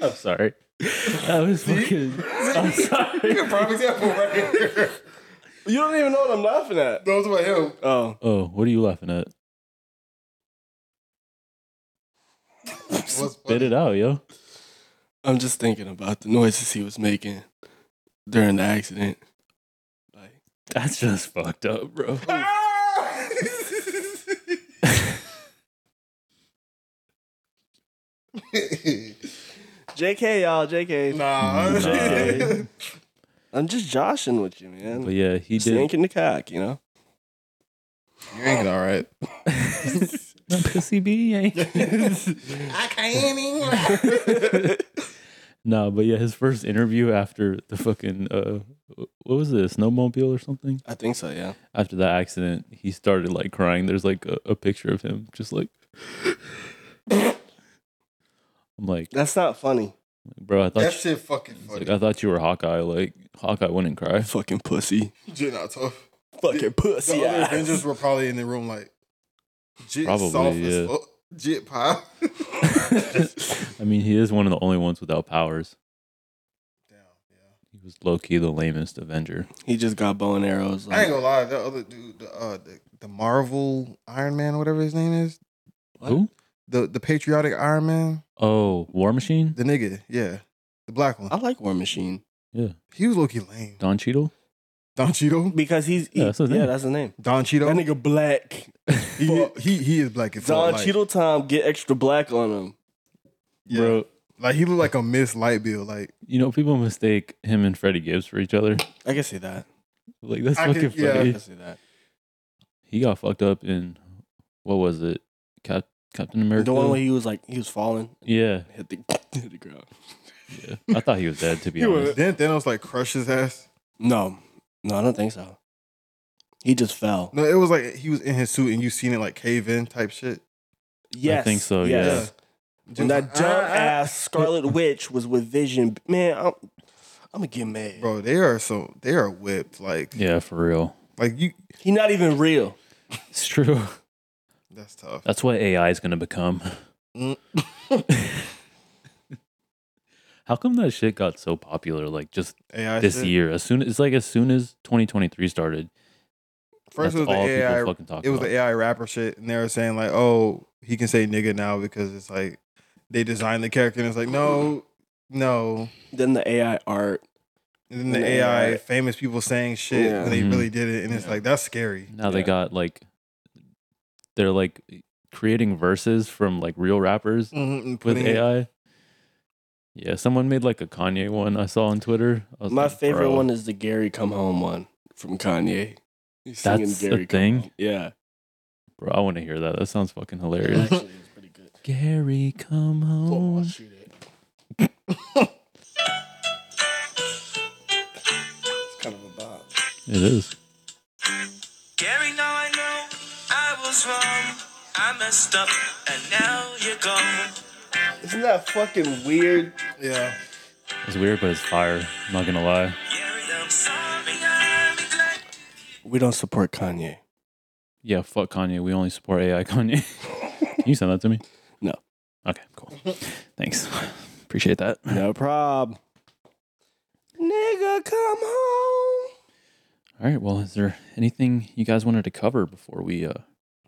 Speaker 2: I'm sorry. That was fucking.
Speaker 3: *laughs*
Speaker 2: I'm sorry.
Speaker 1: *laughs* Prime example right here. *laughs*
Speaker 3: you don't even know what I'm laughing at.
Speaker 1: Those were him.
Speaker 3: Oh,
Speaker 2: Oh, what are you laughing at?
Speaker 1: What's
Speaker 2: Spit it out, yo.
Speaker 3: I'm just thinking about the noises he was making during the accident. Like,
Speaker 2: That's just fucked up,
Speaker 3: *laughs*
Speaker 2: bro.
Speaker 3: Ah! Jk, y'all, Jk.
Speaker 1: *laughs* nah.
Speaker 2: Nah.
Speaker 3: I'm just joshing with you, man.
Speaker 2: But yeah, he did.
Speaker 3: Stinking the cock, you know.
Speaker 1: You ain't all right.
Speaker 2: My *laughs* Pussy bee ain't.
Speaker 1: I
Speaker 2: *laughs*
Speaker 1: can't even.
Speaker 2: No, but yeah, his first interview after the fucking uh, what was it, a snowmobile or something?
Speaker 3: I think so, yeah.
Speaker 2: After that accident, he started like crying. There's like a, a picture of him, just like. I'm like,
Speaker 3: That's not funny.
Speaker 2: bro, I
Speaker 1: That
Speaker 2: thought
Speaker 1: shit fucking
Speaker 2: you,
Speaker 1: funny.
Speaker 2: like, I thought you were Hawkeye. Like Hawkeye wouldn't cry.
Speaker 3: Fucking pussy.
Speaker 1: Jay not tough.
Speaker 3: Fucking
Speaker 1: The
Speaker 3: pussy.
Speaker 1: other
Speaker 3: ass.
Speaker 1: Avengers were probably in the room like, Jit
Speaker 2: Probably,
Speaker 1: soft as
Speaker 2: yeah.
Speaker 1: fuck. Jit *laughs* pie.
Speaker 2: I mean, he is one of the only ones without powers. He was low key the lamest Avenger.
Speaker 3: *laughs* He just got bow and arrows.
Speaker 1: I ain't
Speaker 3: Like,
Speaker 1: gonna lie, that other dude, the, uh, the, the Marvel Iron Man, whatever his name is,
Speaker 3: What?
Speaker 2: Who?
Speaker 1: the, the patriotic Iron Man,
Speaker 2: Oh, War Machine.
Speaker 1: the nigga, yeah, the black
Speaker 2: Oh.
Speaker 1: one.
Speaker 3: I like War Machine
Speaker 1: He was low key lame.
Speaker 2: Don Cheadle.
Speaker 1: Don Cheeto?
Speaker 3: because he's he-
Speaker 2: Yeah,
Speaker 3: yeah,
Speaker 2: that's
Speaker 3: that's
Speaker 2: his name.
Speaker 3: the name.
Speaker 1: Don Cheeto?
Speaker 3: That nigga black.
Speaker 1: He, he, he is black and
Speaker 3: Don Cheadle time. Get extra black on him.
Speaker 2: Bro,
Speaker 1: Like he looked like a missed light bill. Like
Speaker 2: You know, people mistake him and Freddie Gibbs for each other. *laughs*
Speaker 3: I can see that.
Speaker 2: Like that's
Speaker 1: I can-
Speaker 2: fucking
Speaker 1: yeah.
Speaker 2: funny.
Speaker 3: I can see that.
Speaker 2: He got fucked up in what was it? Cap- Captain America.
Speaker 3: The one where he was like he was falling,
Speaker 2: yeah,
Speaker 3: hit the *laughs* hit the ground.
Speaker 2: yeah. I thought he was dead to be
Speaker 1: *laughs* he was.
Speaker 2: honest.
Speaker 1: Then Thanos like crushed his ass.
Speaker 3: No, no, I don't think so. He just fell.
Speaker 1: No, it was like he was in his suit and you seen it like cave in type shit.
Speaker 3: Yes,
Speaker 2: think so,
Speaker 3: Yes.
Speaker 1: Yeah.
Speaker 3: When that
Speaker 1: Ah,
Speaker 3: dumb
Speaker 1: ah.
Speaker 3: ass Scarlet *laughs* Witch was with Vision, man, I'm, I'm gonna get mad.
Speaker 1: bro, they are so they are whipped. Like
Speaker 2: Yeah, for real.
Speaker 1: like you.
Speaker 3: He not even
Speaker 2: *laughs*
Speaker 3: real.
Speaker 2: It's true. *laughs*
Speaker 1: That's tough.
Speaker 2: That's what AI is gonna become.
Speaker 1: Mm.
Speaker 2: How come that shit got so popular? Like just
Speaker 1: AI
Speaker 2: this
Speaker 1: shit.
Speaker 2: year, as soon it's like as soon as 2023 started,
Speaker 1: First it
Speaker 2: that's
Speaker 1: was the
Speaker 2: all
Speaker 1: AI.
Speaker 2: people fucking talk
Speaker 1: It was
Speaker 2: about.
Speaker 1: the AI rapper shit, and they were saying like, oh, he can say nigga now because it's like they designed the character, and it's like no, no.
Speaker 3: Then the AI art.
Speaker 1: And then
Speaker 3: And
Speaker 1: the
Speaker 3: the
Speaker 1: AI,
Speaker 3: AI
Speaker 1: famous people saying shit
Speaker 3: Yeah.
Speaker 1: when they
Speaker 2: Mhm.
Speaker 1: really did it, and it's
Speaker 3: Yeah.
Speaker 1: like that's scary.
Speaker 2: now they
Speaker 3: Yeah.
Speaker 2: got like they're like creating verses from like real rappers
Speaker 1: Mm-hmm.
Speaker 2: with AI. Yeah, someone made like a Kanye one I saw on Twitter. I was
Speaker 3: My
Speaker 2: like,
Speaker 3: favorite
Speaker 2: "Bro."
Speaker 3: one is the Gary Come Home one from Kanye. He's singing
Speaker 2: That's a
Speaker 3: Come
Speaker 2: thing?
Speaker 3: Home. Yeah,
Speaker 2: Bro, I want to hear that. That sounds fucking hilarious.
Speaker 3: actually, it's pretty good.
Speaker 2: Gary, come
Speaker 3: Oh,
Speaker 2: home.
Speaker 3: shoot it.
Speaker 4: It's kind of a bop.
Speaker 2: It is.
Speaker 5: Gary, now I know I was wrong. I messed up, and now you're gone.
Speaker 4: Isn't that fucking weird?
Speaker 1: Yeah.
Speaker 2: It's weird, but it's fire. I'm not gonna lie.
Speaker 5: Gary, I'm sorry, I regret.
Speaker 3: We don't support Kanye.
Speaker 2: Yeah, fuck Kanye. We only support AI *laughs* Kanye. Can you send that to me?
Speaker 3: No.
Speaker 2: Okay, cool. Thanks. Appreciate that.
Speaker 3: No prob. Nigga, come home.
Speaker 2: All right. Well, is there anything you guys wanted to cover before we uh,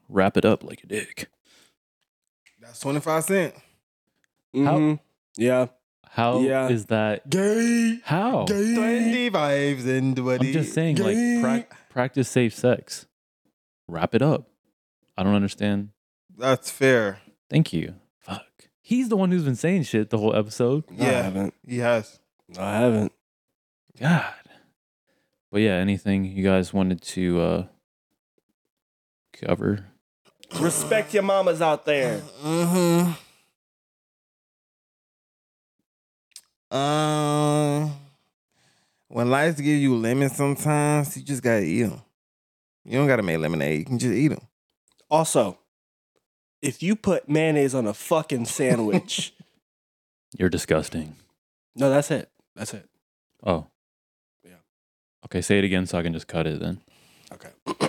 Speaker 2: wrap it up like a dick?
Speaker 1: That's twenty five cent.
Speaker 2: How-
Speaker 3: Mhm. Yeah.
Speaker 2: How is
Speaker 3: Yeah.
Speaker 2: that?
Speaker 1: Gay.
Speaker 2: How?
Speaker 1: Twenty vibes and
Speaker 2: I'm
Speaker 1: twenty.
Speaker 2: just saying, like, prac practice safe sex. Wrap it up. I don't understand.
Speaker 1: That's fair.
Speaker 2: Thank you. Fuck. He's the one who's been saying shit the whole episode.
Speaker 3: No, I
Speaker 1: Yeah.
Speaker 3: haven't.
Speaker 1: Yes.
Speaker 3: No, I haven't.
Speaker 2: God. But yeah, anything you guys wanted to uh, cover?
Speaker 3: Respect your mamas out there.
Speaker 1: Mm-hmm. Um, when life gives you lemons, sometimes you just gotta eat them. You don't gotta make lemonade. You can just eat them.
Speaker 3: Also, if you put mayonnaise on a fucking sandwich,
Speaker 2: You're disgusting.
Speaker 3: *laughs* no, that's it. That's it.
Speaker 2: Oh.
Speaker 3: Yeah.
Speaker 2: Okay, say it again so I can just cut it then.
Speaker 3: Okay.